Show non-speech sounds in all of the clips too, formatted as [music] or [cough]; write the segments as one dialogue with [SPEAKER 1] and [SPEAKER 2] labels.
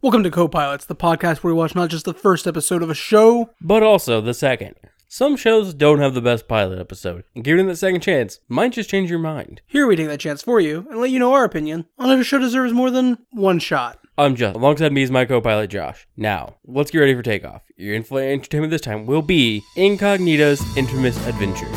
[SPEAKER 1] Welcome to Copilots, the podcast where we watch not just the first episode of a show.
[SPEAKER 2] but also the second. Some shows don't have the best pilot episode, and given the second chance, might just change your mind.
[SPEAKER 1] Here we take that chance for you and let you know our opinion on if a show deserves more than one shot.
[SPEAKER 2] I'm Justin. Alongside me is my co-pilot Josh. Now, let's get ready for takeoff. Your in flight entertainment this time will be Incognito's infamous adventure.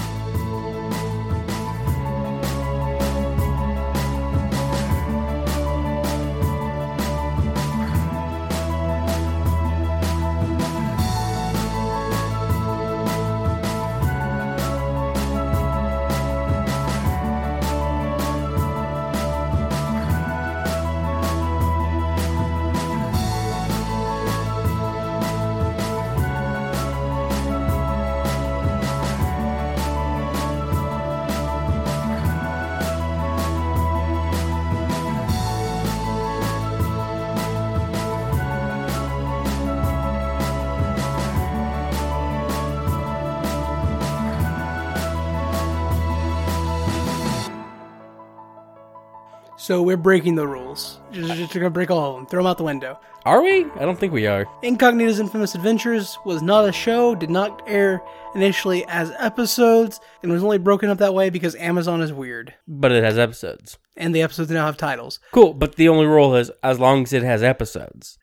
[SPEAKER 1] So we're breaking the rules. Just, just gonna break all of them. Throw them out the window.
[SPEAKER 2] Are we? I don't think we are.
[SPEAKER 1] Incognito's Infamous Adventures was not a show, did not air initially as episodes, and was only broken up that way because Amazon is weird.
[SPEAKER 2] But it has episodes.
[SPEAKER 1] And the episodes now have titles.
[SPEAKER 2] Cool, but the only rule is as long as it has episodes.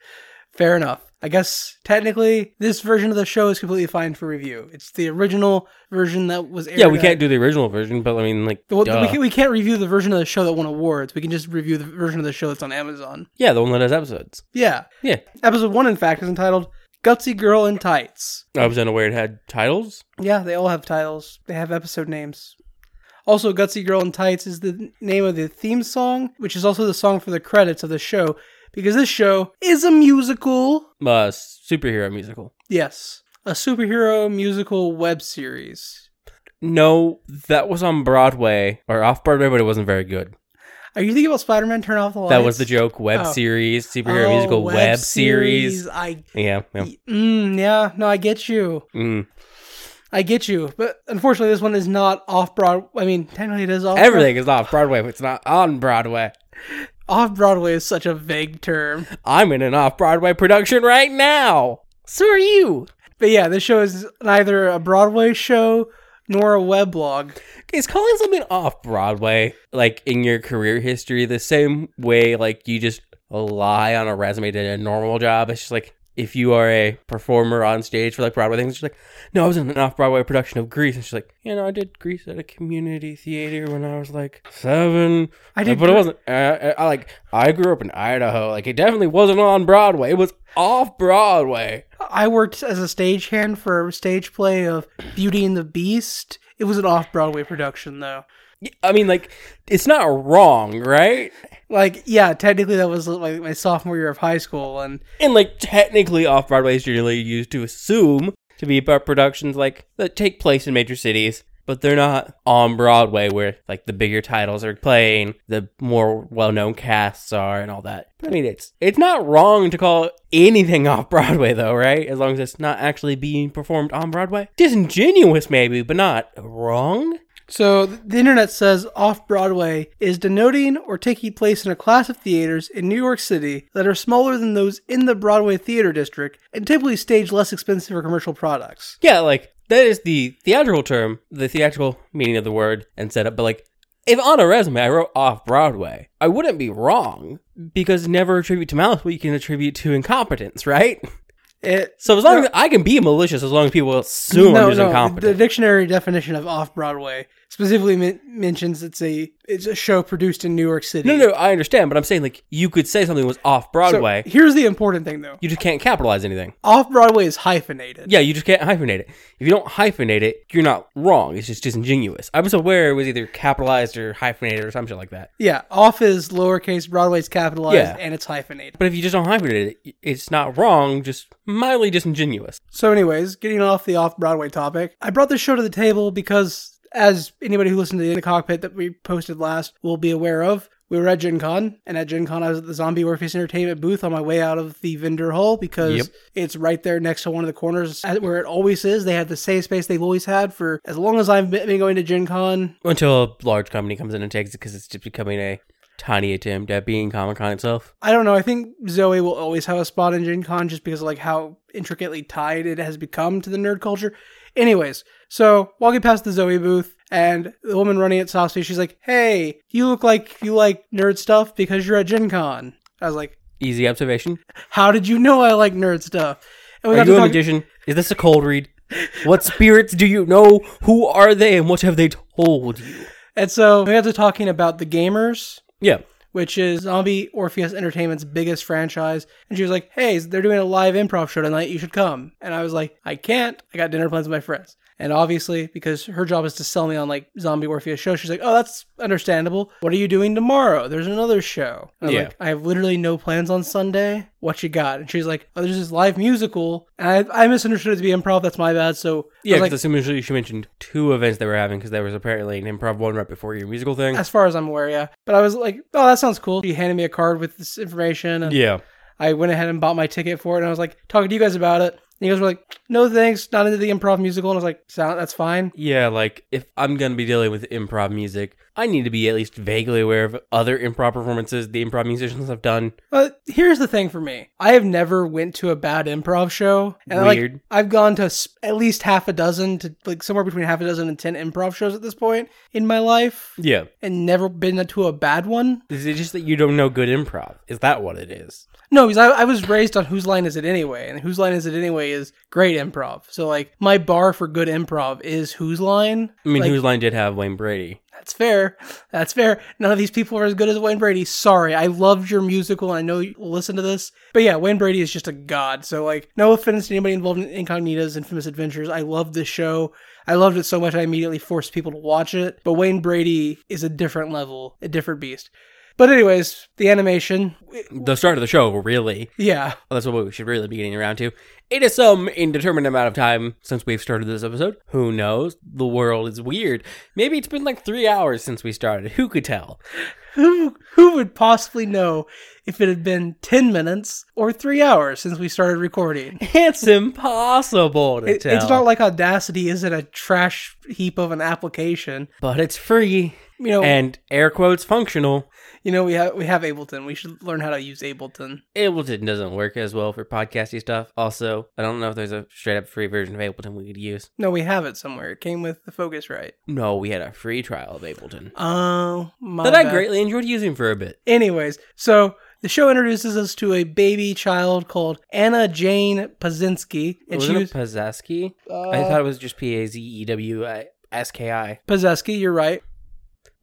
[SPEAKER 1] Fair enough. I guess technically this version of the show is completely fine for review. It's the original version that was aired.
[SPEAKER 2] Yeah, we
[SPEAKER 1] as-
[SPEAKER 2] can't do the original version, but I mean, like,
[SPEAKER 1] Well,
[SPEAKER 2] duh.
[SPEAKER 1] we, can, we can't review the version of the show that won awards. We can just review the version of the show that's on Amazon.
[SPEAKER 2] yeah, the one that has episodes.
[SPEAKER 1] Yeah.
[SPEAKER 2] Yeah,
[SPEAKER 1] Episode 1, in fact, is entitled Gutsy Girl in Tights.
[SPEAKER 2] I was unaware it had titles.
[SPEAKER 1] Yeah, they all have titles, they have episode names. Also, Gutsy Girl in Tights is the name of the theme song, which is also the song for the credits of the show, because this show is a musical.
[SPEAKER 2] Uh, superhero musical.
[SPEAKER 1] Yes, a superhero musical web series.
[SPEAKER 2] No, that was on Broadway or off Broadway, but it wasn't very good.
[SPEAKER 1] Are you thinking about Spider Man Turn Off the Lights?
[SPEAKER 2] That was the joke. Web
[SPEAKER 1] Oh.
[SPEAKER 2] series, superhero
[SPEAKER 1] Oh,
[SPEAKER 2] musical web, series.
[SPEAKER 1] I.
[SPEAKER 2] Yeah, yeah.
[SPEAKER 1] Mm, yeah, no, I get you.
[SPEAKER 2] Mm.
[SPEAKER 1] I get you, but unfortunately, this one is not off Broadway. I mean, technically, it is off.
[SPEAKER 2] Everything is off Broadway. but It's not on Broadway.
[SPEAKER 1] Off Broadway is such a vague term.
[SPEAKER 2] I'm in an off Broadway production right now. So are you.
[SPEAKER 1] But yeah, this show is neither a Broadway show nor a weblog.
[SPEAKER 2] Is calling something off Broadway, like in your career history, the same way like you just lie on a resume to a normal job? It's just like if you are a performer on stage for like Broadway things, it's just like, no, I was in an off Broadway production of Grease. And she's like, you know, I did Grease at a community theater when I was like seven.
[SPEAKER 1] I did
[SPEAKER 2] but it
[SPEAKER 1] Gre-
[SPEAKER 2] wasn't. Uh, I, I like, I grew up in Idaho. Like, it definitely wasn't on Broadway. It was off Broadway.
[SPEAKER 1] I worked as a stagehand for a stage play of Beauty and the Beast. It was an off Broadway production, though.
[SPEAKER 2] I mean, like, it's not wrong, right?
[SPEAKER 1] Like, yeah, technically, that was like my sophomore year of high school, and
[SPEAKER 2] And like technically off Broadway is generally used to assume to be about productions like that take place in major cities, but they're not on Broadway where like the bigger titles are playing, the more well known casts are and all that. But I mean it's it's not wrong to call anything [laughs] off Broadway though, right? As long as it's not actually being performed on Broadway. Disingenuous maybe, but not wrong.
[SPEAKER 1] So th- the internet says off Broadway is denoting or taking place in a class of theaters in New York City that are smaller than those in the Broadway theater district and typically stage less expensive or commercial products.
[SPEAKER 2] Yeah, like that is the theatrical term, the theatrical meaning of the word and setup. But like, if on a resume I wrote off Broadway, I wouldn't be wrong because never attribute to malice what you can attribute to incompetence, right?
[SPEAKER 1] It
[SPEAKER 2] So as long as I can be malicious, as long as people assume I'm just
[SPEAKER 1] the
[SPEAKER 2] incompetent.
[SPEAKER 1] dictionary definition of off Broadway specifically men- mentions it's a it's a show produced in New York City.
[SPEAKER 2] no, no, I understand, but I'm saying like you could say something was off
[SPEAKER 1] So,
[SPEAKER 2] Broadway,
[SPEAKER 1] here's the important thing though.
[SPEAKER 2] you just can't capitalize anything.
[SPEAKER 1] Off Broadway is hyphenated.
[SPEAKER 2] Yeah, you just can't hyphenate it. If you don't hyphenate it, you're not wrong. It's just disingenuous. I was aware it was either capitalized or hyphenated or some shit like that.
[SPEAKER 1] Yeah, off is lowercase, Broadway is capitalized,
[SPEAKER 2] Yeah.
[SPEAKER 1] and it's hyphenated.
[SPEAKER 2] But if you just don't hybrid it, it's not wrong, just mildly disingenuous.
[SPEAKER 1] So, anyways, getting off the off Broadway topic, I brought this show to the table because, as anybody who listened to In the Cockpit that we posted last will be aware of, we were at Gen Con, and at Gen Con, I was at the Zombie Orpheus Entertainment booth on my way out of the vendor hall because
[SPEAKER 2] Yep.
[SPEAKER 1] it's right there next to one of the corners at- where it always is. They had the same space they've always had for as long as I've been been going to Gen Con.
[SPEAKER 2] Until a large company comes in and takes it because it's just becoming a tiny attempt at being Comic Con itself.
[SPEAKER 1] I don't know. I think Zoe will always have a spot in Gen Con just because of like how intricately tied it has become to the nerd culture. Anyways, so walking past the Zoe booth and the woman running it stops me. She's like, "Hey, you look like you like nerd stuff because you're at Gen Con." I was like,
[SPEAKER 2] Easy observation.
[SPEAKER 1] "How did you know I like nerd stuff?" And we
[SPEAKER 2] Are
[SPEAKER 1] got to
[SPEAKER 2] you a
[SPEAKER 1] talk-
[SPEAKER 2] magician? Is this a cold read? What spirits do you know? Who are they and what have they told you?
[SPEAKER 1] and so we got to talking about the gamers
[SPEAKER 2] Yeah.
[SPEAKER 1] which is Zombie Orpheus Entertainment's biggest franchise. And she was like, Hey, they're doing a live improv show tonight. You should come. And I was like, I can't. I got dinner plans with my friends. And obviously, because her job is to sell me on like Zombie Orpheus show, she's like, Oh, that's understandable. What are you doing tomorrow? There's another show. And I'm
[SPEAKER 2] Yeah.
[SPEAKER 1] like, I have literally no plans on Sunday. What you got? And she's like, Oh, there's this live musical. And I, I misunderstood it to be improv. That's my bad. So
[SPEAKER 2] Yeah,
[SPEAKER 1] I was
[SPEAKER 2] because
[SPEAKER 1] like,
[SPEAKER 2] as soon as you- she mentioned two events they were having, because there was apparently an improv one right before your musical thing.
[SPEAKER 1] as far as I'm aware, yeah. But I was like, oh, that sounds cool. She handed me a card with this information. And
[SPEAKER 2] Yeah.
[SPEAKER 1] I went ahead and bought my ticket for it, and I was like talking to you guys about it. And you guys were like, "No thanks, not into the improv musical." And I was like, "Sound that's fine."
[SPEAKER 2] Yeah, like if I'm gonna be dealing with improv music, I need to be at least vaguely aware of other improv performances the improv musicians have done.
[SPEAKER 1] But here's the thing for me: I have never went to a bad improv show, and
[SPEAKER 2] Weird.
[SPEAKER 1] like I've gone to s- at least half a dozen to like somewhere between half a dozen and ten improv shows at this point in my life,
[SPEAKER 2] Yeah.
[SPEAKER 1] and never been to a bad one.
[SPEAKER 2] Is it just that you don't know good improv? Is that what it is?
[SPEAKER 1] No, because I, I was raised on whose line is it anyway, and whose line is it anyway is great improv. So like my bar for good improv is whose line.
[SPEAKER 2] I mean,
[SPEAKER 1] Like-
[SPEAKER 2] whose line did have Wayne Brady?
[SPEAKER 1] That's fair. That's fair. None of these people are as good as Wayne Brady. Sorry, I loved your musical and I know you will listen to this. But yeah, Wayne Brady is just a god. So like, no offense to anybody involved in Incognita's Infamous Adventures. I loved this show. I loved it so much I immediately forced people to watch it. But Wayne Brady is a different level, a different beast. But anyways, the animation,
[SPEAKER 2] The start of the show, really.
[SPEAKER 1] yeah, [laughs]
[SPEAKER 2] Well, that's what we should really be getting around to. It is some indeterminate amount of time since we've started this episode. Who knows? The world is weird. Maybe it's been like three hours since we started. Who could tell?
[SPEAKER 1] who who would possibly know if it had been ten minutes or three hours since we started recording?
[SPEAKER 2] [laughs] It's impossible to
[SPEAKER 1] It-
[SPEAKER 2] tell.
[SPEAKER 1] It's not like Audacity isn't a trash heap of an application.
[SPEAKER 2] but it's free
[SPEAKER 1] You know,
[SPEAKER 2] and air quotes functional.
[SPEAKER 1] you know we have we have Ableton. We should learn how to use Ableton.
[SPEAKER 2] Ableton doesn't work as well for podcasty stuff. Also, I don't know if there's a straight up free version of Ableton we could use.
[SPEAKER 1] No, we have it somewhere. It came with the Focusrite.
[SPEAKER 2] No, we had a free trial of Ableton
[SPEAKER 1] Oh my!
[SPEAKER 2] that I
[SPEAKER 1] bad.
[SPEAKER 2] greatly enjoyed using for a bit.
[SPEAKER 1] Anyways, so the show introduces us to a baby child called Anna Jane Pazinski, and
[SPEAKER 2] Wasn't
[SPEAKER 1] she
[SPEAKER 2] it
[SPEAKER 1] was
[SPEAKER 2] Pazeski?
[SPEAKER 1] uh,
[SPEAKER 2] I thought it was just P A Z E W I S K I.
[SPEAKER 1] Pazinski. You're right.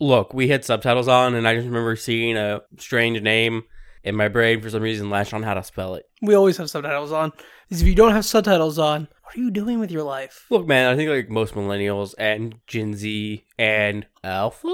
[SPEAKER 2] Look, we had subtitles on, and I just remember seeing a strange name, and my brain for some reason latched on how to spell it.
[SPEAKER 1] We always have subtitles on. 'Cause If you don't have subtitles on, what are you doing with your life?
[SPEAKER 2] Look, man, I think like most millennials and Gen Z and Alpha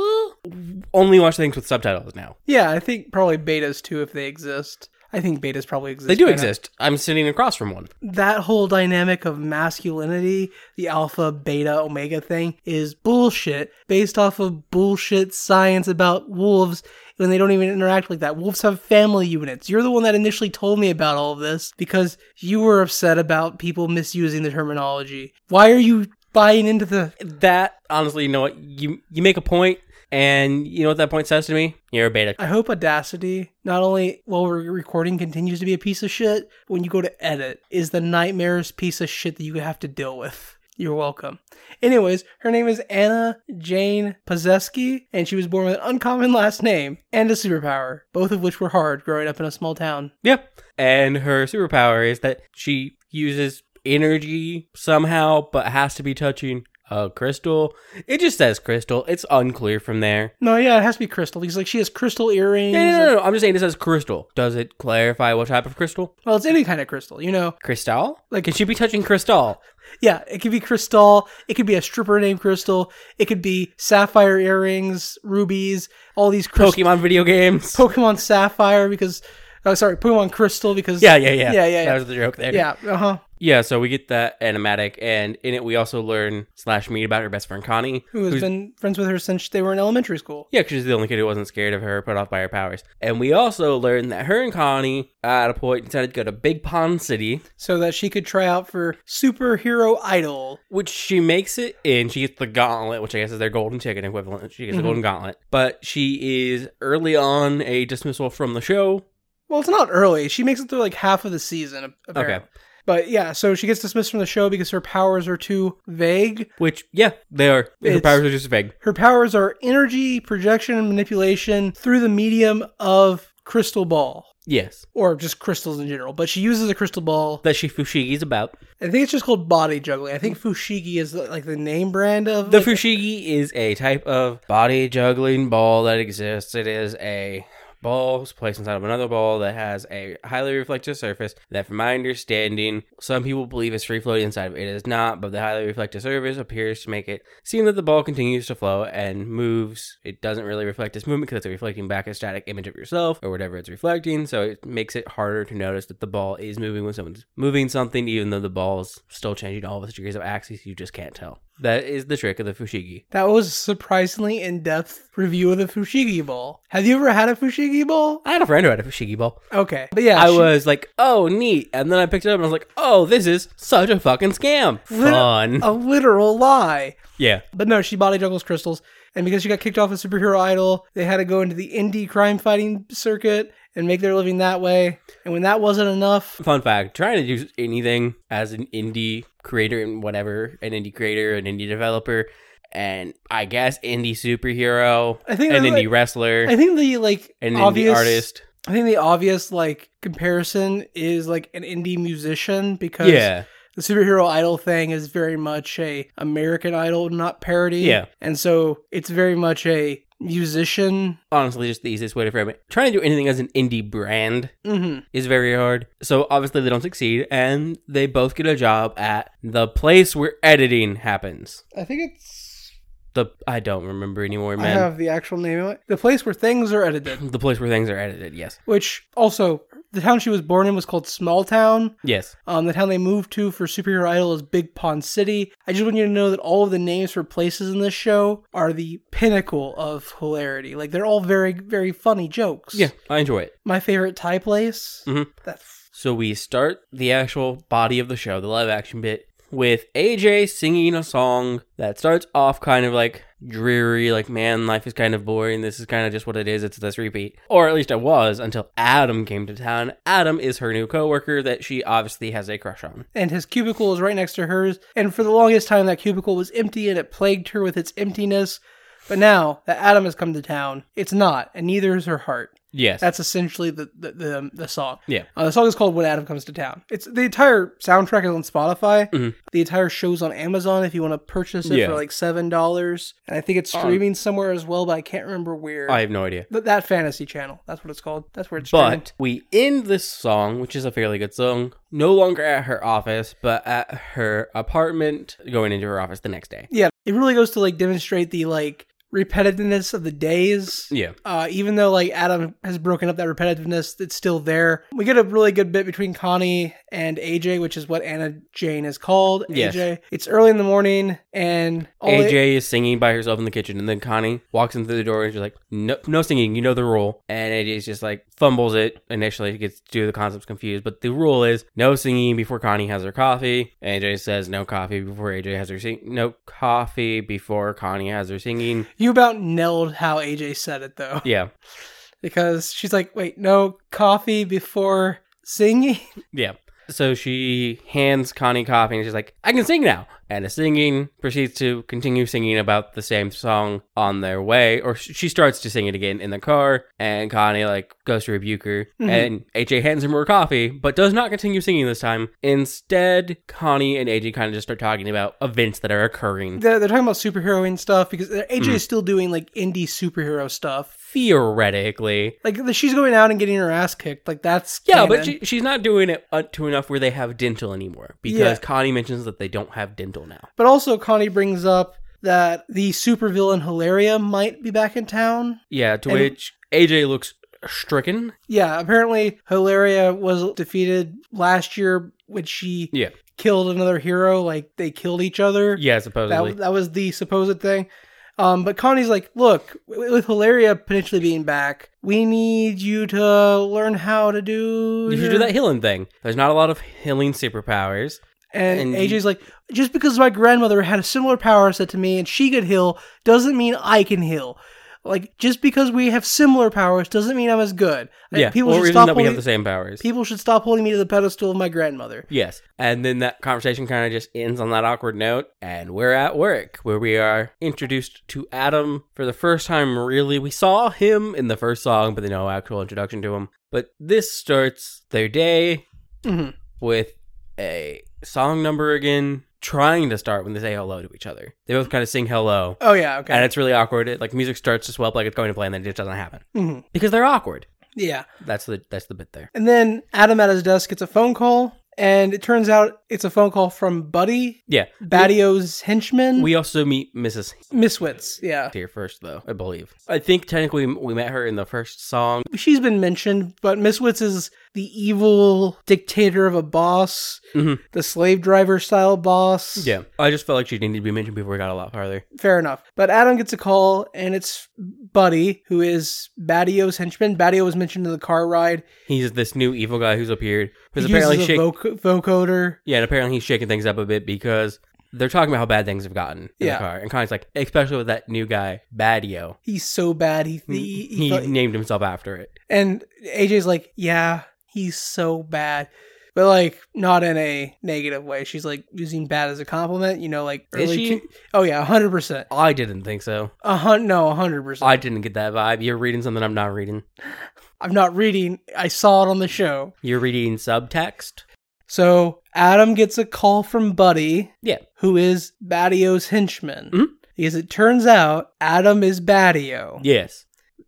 [SPEAKER 2] only watch things with subtitles now.
[SPEAKER 1] Yeah, I think probably betas too, if they exist. I think betas probably exist.
[SPEAKER 2] They do
[SPEAKER 1] by now.
[SPEAKER 2] exist. I'm sitting across from one.
[SPEAKER 1] that whole dynamic of masculinity, the alpha, beta, omega thing, is bullshit based off of bullshit science about wolves when they don't even interact like that. Wolves have family units. You're the one that initially told me about all of this because you were upset about people misusing the terminology. Why are you buying into the.
[SPEAKER 2] That honestly, you know what? You you make a point, and you know what that point says to me? You're a beta.
[SPEAKER 1] I hope Audacity, not only while we're recording, continues to be a piece of shit, but when you go to edit, is the nightmarish piece of shit that you have to deal with. You're welcome. Anyways, her name is Anna Jane Pazeski, and she was born with an uncommon last name and a superpower, both of which were hard growing up in a small town.
[SPEAKER 2] Yeah. And her superpower is that she uses energy somehow, but has to be touching a crystal. It just says crystal. It's unclear from there.
[SPEAKER 1] No, yeah, it has to be crystal because like she has crystal earrings.
[SPEAKER 2] No, no, no, no. I'm just saying it says crystal. Does it clarify what type of crystal?
[SPEAKER 1] Well, it's any kind of crystal, you know.
[SPEAKER 2] Crystal?
[SPEAKER 1] Like-
[SPEAKER 2] Like, can she be touching crystal?
[SPEAKER 1] Yeah, it could be crystal. It could be a stripper named Crystal. It could be sapphire earrings, rubies, all these crystals.
[SPEAKER 2] Pokemon video games.
[SPEAKER 1] Pokemon Sapphire because Oh, sorry, Pokemon Crystal because
[SPEAKER 2] [laughs] Yeah, yeah, yeah.
[SPEAKER 1] Yeah, yeah, yeah.
[SPEAKER 2] That was the joke there.
[SPEAKER 1] yeah, uh huh.
[SPEAKER 2] Yeah, so we get that animatic, and in it we also learn slash meet about her best friend Connie,
[SPEAKER 1] Who has
[SPEAKER 2] who's-
[SPEAKER 1] been friends with her since they were in elementary school?
[SPEAKER 2] yeah, 'cause she's the only kid who wasn't scared of her, put off by her powers. And we also learn that her and Connie, uh, at a point, decided to go to Big Pond City,
[SPEAKER 1] So that she could try out for superhero idol.
[SPEAKER 2] which she makes it in. She gets the gauntlet, which I guess is their golden ticket equivalent. She gets
[SPEAKER 1] Mhm.
[SPEAKER 2] the golden gauntlet, but she is early on a dismissal from the show.
[SPEAKER 1] Well, it's not early. She makes it through like half of the season. Apparently.
[SPEAKER 2] Okay.
[SPEAKER 1] But yeah, so she gets dismissed from the show because her powers are too vague.
[SPEAKER 2] Which, yeah, they are. Her
[SPEAKER 1] It's-
[SPEAKER 2] powers are just vague.
[SPEAKER 1] Her powers are energy, projection, and manipulation through the medium of crystal ball.
[SPEAKER 2] Yes,
[SPEAKER 1] Or just crystals in general. But she uses a crystal ball.
[SPEAKER 2] that she Fushigi's about.
[SPEAKER 1] I think it's just called body juggling. I think Fushigi is like the name brand of
[SPEAKER 2] The
[SPEAKER 1] like,
[SPEAKER 2] Fushigi is a type of body juggling ball that exists. It is a ball that's placed inside of another ball that has a highly reflective surface that, from my understanding, some people believe is free floating inside of it. It is not, but the highly reflective surface appears to make it seem that the ball continues to flow and moves. It doesn't really reflect its movement because it's reflecting back a static image of yourself or whatever it's reflecting, so it makes it harder to notice that the ball is moving when someone's moving something, even though the ball is still changing all of its degrees of axis. You just can't tell. That is the trick of the Fushigi.
[SPEAKER 1] That was a surprisingly in-depth review of the Fushigi ball. Have you ever had a Fushigi ball?
[SPEAKER 2] I had a friend who had a Fushigi ball.
[SPEAKER 1] Okay, but yeah,
[SPEAKER 2] I
[SPEAKER 1] she-
[SPEAKER 2] was like, oh, neat. And then I picked it up and I was like, oh, this is such a fucking scam.
[SPEAKER 1] Lit-
[SPEAKER 2] Fun.
[SPEAKER 1] a literal lie.
[SPEAKER 2] Yeah.
[SPEAKER 1] But no, she body juggles crystals, and because she got kicked off the superhero idol, they had to go into the indie crime fighting circuit and make their living that way. And when that wasn't enough,
[SPEAKER 2] Fun fact trying to do anything as an indie creator and whatever, an indie creator, an indie developer, and I guess indie superhero,
[SPEAKER 1] I think
[SPEAKER 2] an
[SPEAKER 1] that,
[SPEAKER 2] indie
[SPEAKER 1] like-
[SPEAKER 2] wrestler,
[SPEAKER 1] I think the like
[SPEAKER 2] an
[SPEAKER 1] obvious
[SPEAKER 2] indie artist.
[SPEAKER 1] I think the obvious like comparison is like an indie musician because
[SPEAKER 2] Yeah.
[SPEAKER 1] the superhero idol thing is very much a American Idol not parody.
[SPEAKER 2] Yeah.
[SPEAKER 1] And so it's very much a musician.
[SPEAKER 2] Honestly, just the easiest way to frame it. Trying to do anything as an indie brand
[SPEAKER 1] hmm
[SPEAKER 2] is very hard. So obviously they don't succeed, and they both get a job at the place where editing happens.
[SPEAKER 1] I think it's.
[SPEAKER 2] The I don't remember anymore,
[SPEAKER 1] I
[SPEAKER 2] man.
[SPEAKER 1] have the actual name of it. The place where things are edited,
[SPEAKER 2] The place where things are edited. Yes,
[SPEAKER 1] which also the town she was born in was called Small Town.
[SPEAKER 2] yes.
[SPEAKER 1] Um, the town they moved to for Superhero Idol is Big Pond City. I just want you to know that all of the names for places in this show are the pinnacle of hilarity. Like they're all very, very funny jokes.
[SPEAKER 2] Yeah, I enjoy it.
[SPEAKER 1] My favorite Thai place.
[SPEAKER 2] Mhm.
[SPEAKER 1] That's
[SPEAKER 2] So we start the actual body of the show, the live action bit, with AJ singing a song that starts off kind of like dreary, like, man, life is kind of boring. This is kind of just what it is. It's this repeat. Or at least it was until Adam came to town. Adam is her new coworker that she obviously has a crush on.
[SPEAKER 1] and his cubicle is right next to hers. And for the longest time, that cubicle was empty and it plagued her with its emptiness. But now that Adam has come to town, it's not, and neither is her heart.
[SPEAKER 2] Yes.
[SPEAKER 1] That's essentially the the, the, the song.
[SPEAKER 2] Yeah.
[SPEAKER 1] Uh, the song is called "When Adam Comes to Town." It's the entire soundtrack is on Spotify.
[SPEAKER 2] Mhm.
[SPEAKER 1] The entire show's on Amazon if you want to purchase it
[SPEAKER 2] Yeah.
[SPEAKER 1] for like seven dollars, and I think it's
[SPEAKER 2] Um,
[SPEAKER 1] streaming somewhere as well, but I can't remember where.
[SPEAKER 2] I have no idea.
[SPEAKER 1] Th- that fantasy channel. That's what it's called. That's where it's streaming.
[SPEAKER 2] But we end this song, which is a fairly good song, no longer at her office, but at her apartment, going into her office the next day.
[SPEAKER 1] Yeah, it really goes to like demonstrate the like repetitiveness of the days.
[SPEAKER 2] Yeah.
[SPEAKER 1] Uh, even though like Adam has broken up that repetitiveness, it's still there. We get a really good bit between Connie and AJ, which is what Anna Jane is called.
[SPEAKER 2] Yes.
[SPEAKER 1] AJ. It's early in the morning, and all
[SPEAKER 2] AJ
[SPEAKER 1] it-
[SPEAKER 2] is singing by herself in the kitchen, and then Connie walks in through the door and she's like, "No, no singing. You know the rule." And AJ's just like fumbles it initially. She gets two of the concepts confused, but the rule is no singing before Connie has her coffee. AJ says no coffee before AJ has her sing. No coffee before Connie has her singing.
[SPEAKER 1] you about nailed how AJ said it though, [laughs]
[SPEAKER 2] Yeah,
[SPEAKER 1] because she's like, "Wait, no coffee before singing."
[SPEAKER 2] yeah. So she hands Connie coffee, and she's like, "I can sing now." And is singing proceeds to continue singing about the same song on their way, or sh- she starts to sing it again in the car. And Connie like goes to rebuke her,
[SPEAKER 1] Mhm.
[SPEAKER 2] and AJ hands her more coffee, but does not continue singing this time. Instead, Connie and AJ kind of just start talking about events that are occurring.
[SPEAKER 1] They're, they're talking about superheroing stuff because AJ
[SPEAKER 2] Mhm.
[SPEAKER 1] is still doing like indie superhero stuff.
[SPEAKER 2] Theoretically,
[SPEAKER 1] Like the, she's going out and getting her ass kicked. Like that's
[SPEAKER 2] yeah,
[SPEAKER 1] canon.
[SPEAKER 2] but she, she's not doing it uh, to enough where they have dental anymore because
[SPEAKER 1] Yeah.
[SPEAKER 2] Connie mentions that they don't have dental now.
[SPEAKER 1] But also, Connie brings up that the supervillain Hilaria might be back in town.
[SPEAKER 2] Yeah, to
[SPEAKER 1] And-
[SPEAKER 2] which AJ looks stricken.
[SPEAKER 1] Yeah, apparently Hilaria was defeated last year when she
[SPEAKER 2] Yeah.
[SPEAKER 1] killed another hero. Like they killed each other.
[SPEAKER 2] Yeah, supposedly.
[SPEAKER 1] That, that was the supposed thing. Um, but Connie's like, look, w- with Hilaria potentially being back, we need you to learn how to do.
[SPEAKER 2] you should do
[SPEAKER 1] your-
[SPEAKER 2] that healing thing. There's not a lot of healing superpowers.
[SPEAKER 1] And,
[SPEAKER 2] and
[SPEAKER 1] AJ's like, just because my grandmother had a similar power set to me and she could heal doesn't mean I can heal. Like, just because we have similar powers doesn't mean I'm as good. Like,
[SPEAKER 2] yeah,
[SPEAKER 1] people
[SPEAKER 2] or
[SPEAKER 1] should
[SPEAKER 2] even
[SPEAKER 1] stop
[SPEAKER 2] that we
[SPEAKER 1] holding,
[SPEAKER 2] have the same powers.
[SPEAKER 1] people should stop holding me to the pedestal of my grandmother.
[SPEAKER 2] Yes. And then that conversation kind of just ends on that awkward note. And we're at work, where we are introduced to Adam for the first time, really. We saw him in the first song, but no actual introduction to him. But this starts their day Mm-hmm.
[SPEAKER 1] hmm
[SPEAKER 2] with a song number again, trying to start when they say hello to each other. They both kind of sing hello.
[SPEAKER 1] Oh yeah, okay.
[SPEAKER 2] And it's really awkward. It, like music starts to swell up like it's going to play, and then it just doesn't happen
[SPEAKER 1] hmm
[SPEAKER 2] because they're awkward.
[SPEAKER 1] Yeah.
[SPEAKER 2] That's the that's the bit there.
[SPEAKER 1] And then Adam at his desk gets a phone call, and it turns out it's a phone call from Buddy,
[SPEAKER 2] Yeah,
[SPEAKER 1] Badio's henchman,
[SPEAKER 2] we also meet Mrs.
[SPEAKER 1] Miswits. Yeah,
[SPEAKER 2] here first, though, I believe. I think technically we met her in the first song.
[SPEAKER 1] she's been mentioned, but Miswits is the evil dictator of a boss,
[SPEAKER 2] Mhm.
[SPEAKER 1] the slave driver style boss.
[SPEAKER 2] I just felt like she needed to be mentioned before we got a lot farther.
[SPEAKER 1] fair enough. But Adam gets a call, and it's Buddy, who is Badio's henchman. Badio was mentioned in the car ride.
[SPEAKER 2] He's this new evil guy who's appeared, who's
[SPEAKER 1] He
[SPEAKER 2] apparently
[SPEAKER 1] uses a
[SPEAKER 2] shaking.
[SPEAKER 1] voc- vocoder.
[SPEAKER 2] yeah, and apparently he's shaking things up a bit because they're talking about how bad things have gotten in
[SPEAKER 1] Yeah.
[SPEAKER 2] the car. And Connie's like, especially with that new guy, Badio.
[SPEAKER 1] He's so bad. He,
[SPEAKER 2] Mm, He,
[SPEAKER 1] he, he, thought-
[SPEAKER 2] named himself after it.
[SPEAKER 1] And AJ's like, yeah, he's so bad. But like not in a negative way. She's like using bad as a compliment, you know, like
[SPEAKER 2] Is she?
[SPEAKER 1] two- Oh yeah, hundred percent.
[SPEAKER 2] I didn't think so.
[SPEAKER 1] A hun no, hundred percent.
[SPEAKER 2] I didn't get that vibe. You're reading something I'm not reading.
[SPEAKER 1] I'm not reading. I saw it on the show.
[SPEAKER 2] You're reading subtext.
[SPEAKER 1] So Adam gets a call from Buddy,
[SPEAKER 2] Yeah.
[SPEAKER 1] who is Badio's henchman.
[SPEAKER 2] Mhm.
[SPEAKER 1] Because it turns out Adam is Badio.
[SPEAKER 2] Yes.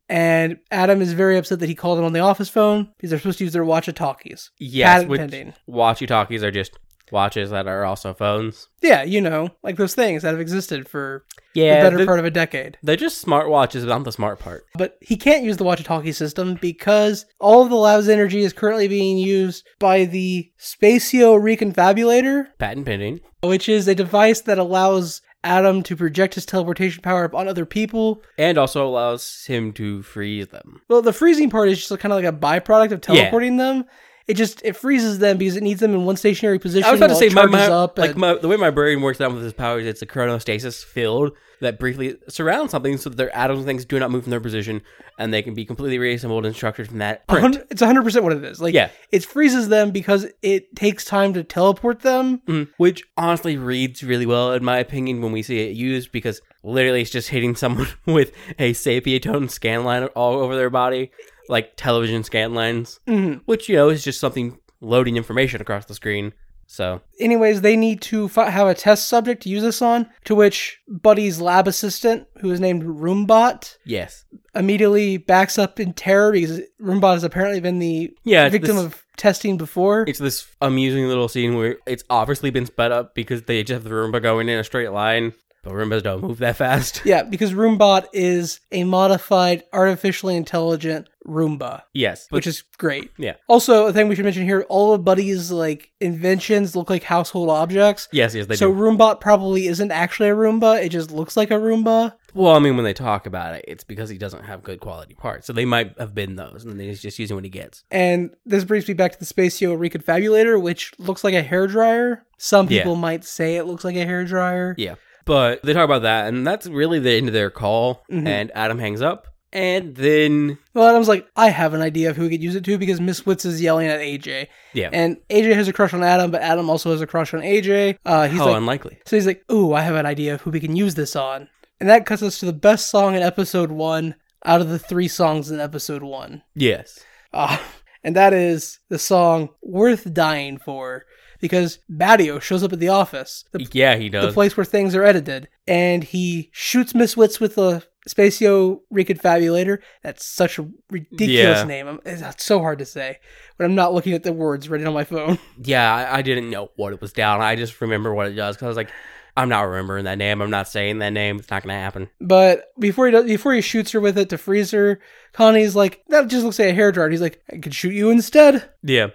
[SPEAKER 1] And Adam is very upset that he called him on the office phone because they're supposed to use their watch talkies.
[SPEAKER 2] Yes.
[SPEAKER 1] Patent
[SPEAKER 2] which-
[SPEAKER 1] pending.
[SPEAKER 2] Watchy talkies are just watches that are also phones.
[SPEAKER 1] Yeah, you know, like those things that have existed for
[SPEAKER 2] Yeah,
[SPEAKER 1] the better
[SPEAKER 2] they're,
[SPEAKER 1] part of a decade.
[SPEAKER 2] they're just smart watches, but not the smart part.
[SPEAKER 1] But he can't use the walkie-talkie system because all of the lab's energy is currently being used by the Spacio Reconfabulator,
[SPEAKER 2] Patent pending.
[SPEAKER 1] which is a device that allows Adam to project his teleportation power upon other people.
[SPEAKER 2] And also allows him to freeze them.
[SPEAKER 1] Well, the freezing part is just kind of like a byproduct of
[SPEAKER 2] Yeah.
[SPEAKER 1] teleporting them. It just it freezes them because it needs them in one stationary position.
[SPEAKER 2] I was about to
[SPEAKER 1] while
[SPEAKER 2] say
[SPEAKER 1] it
[SPEAKER 2] my,
[SPEAKER 1] charges
[SPEAKER 2] my
[SPEAKER 1] up
[SPEAKER 2] like
[SPEAKER 1] and-
[SPEAKER 2] my, the way my brain works out with his powers, it's a chronostasis field that briefly surrounds something so that their atoms and things do not move from their position and they can be completely reassembled and structured from that
[SPEAKER 1] A
[SPEAKER 2] print.
[SPEAKER 1] hundred- It's 100% what it is. Like,
[SPEAKER 2] Yeah.
[SPEAKER 1] it freezes them because it takes time to teleport them.
[SPEAKER 2] Mhm. Which honestly reads really well, in my opinion, when we see it used because literally it's just hitting someone [laughs] with a sapiotone scan line all over their body, like television scan lines,
[SPEAKER 1] Mhm.
[SPEAKER 2] which, you know, is just something loading information across the screen. So,
[SPEAKER 1] Anyways, they need to fi- have a test subject to use this on, to which Buddy's lab assistant, who is named Roombot,
[SPEAKER 2] yes.
[SPEAKER 1] immediately backs up in terror because Roombot has apparently been the
[SPEAKER 2] Yeah, it's
[SPEAKER 1] victim
[SPEAKER 2] this-
[SPEAKER 1] of testing before.
[SPEAKER 2] It's this amusing little scene where it's obviously been sped up because they just have the Roomba going in a straight line, but Roombas don't move that [laughs] fast.
[SPEAKER 1] Yeah, because Roombot is a modified, artificially intelligent Roomba.
[SPEAKER 2] yes. But
[SPEAKER 1] which is great.
[SPEAKER 2] Yeah.
[SPEAKER 1] Also, a thing we should mention here: all of Buddy's like inventions look like household objects.
[SPEAKER 2] yes, yes, they
[SPEAKER 1] so
[SPEAKER 2] do.
[SPEAKER 1] Roombot probably isn't actually a Roomba. It just looks like a Roomba.
[SPEAKER 2] Well, I mean, when they talk about it, it's because he doesn't have good quality parts. So they might have been those, and he's just using what he gets.
[SPEAKER 1] And this brings me back to the Spacio Reconfabulator, which looks like a hairdryer. Some
[SPEAKER 2] Yeah.
[SPEAKER 1] people might say it looks like a hairdryer.
[SPEAKER 2] Yeah. But they talk about that, and that's really the end of their call.
[SPEAKER 1] Mhm.
[SPEAKER 2] And Adam hangs up, and then
[SPEAKER 1] Well, Adam's like, I have an idea of who we could use it to because Miss Witz is yelling at AJ.
[SPEAKER 2] Yeah.
[SPEAKER 1] And AJ has a crush on Adam, but Adam also has a crush on AJ. Uh, he's
[SPEAKER 2] how
[SPEAKER 1] like,
[SPEAKER 2] Oh, unlikely.
[SPEAKER 1] So he's like, Ooh, I have an idea of who we can use this on. And that cuts us to the best song in episode one out of the three songs in episode one.
[SPEAKER 2] Yes.
[SPEAKER 1] Ah, and that is the song Worth Dying For, because Badio shows up at the office, the,
[SPEAKER 2] Yeah, he
[SPEAKER 1] the
[SPEAKER 2] does.
[SPEAKER 1] place where things are edited, and he shoots Miss Witz with a Spacio Reconfabulator. That's such a ridiculous
[SPEAKER 2] Yeah.
[SPEAKER 1] name. I'm, it's so hard to say when I'm not looking at the words written on my phone. [laughs]
[SPEAKER 2] yeah, I, I didn't know what it was down. I just remember what it does because I was like, I'm not remembering that name. I'm not saying that name. It's not going to happen.
[SPEAKER 1] But before he does, before he shoots her with it to freeze her, Connie's like, "That just looks like a hair dart." He's like, "I could shoot you instead."
[SPEAKER 2] Yeah.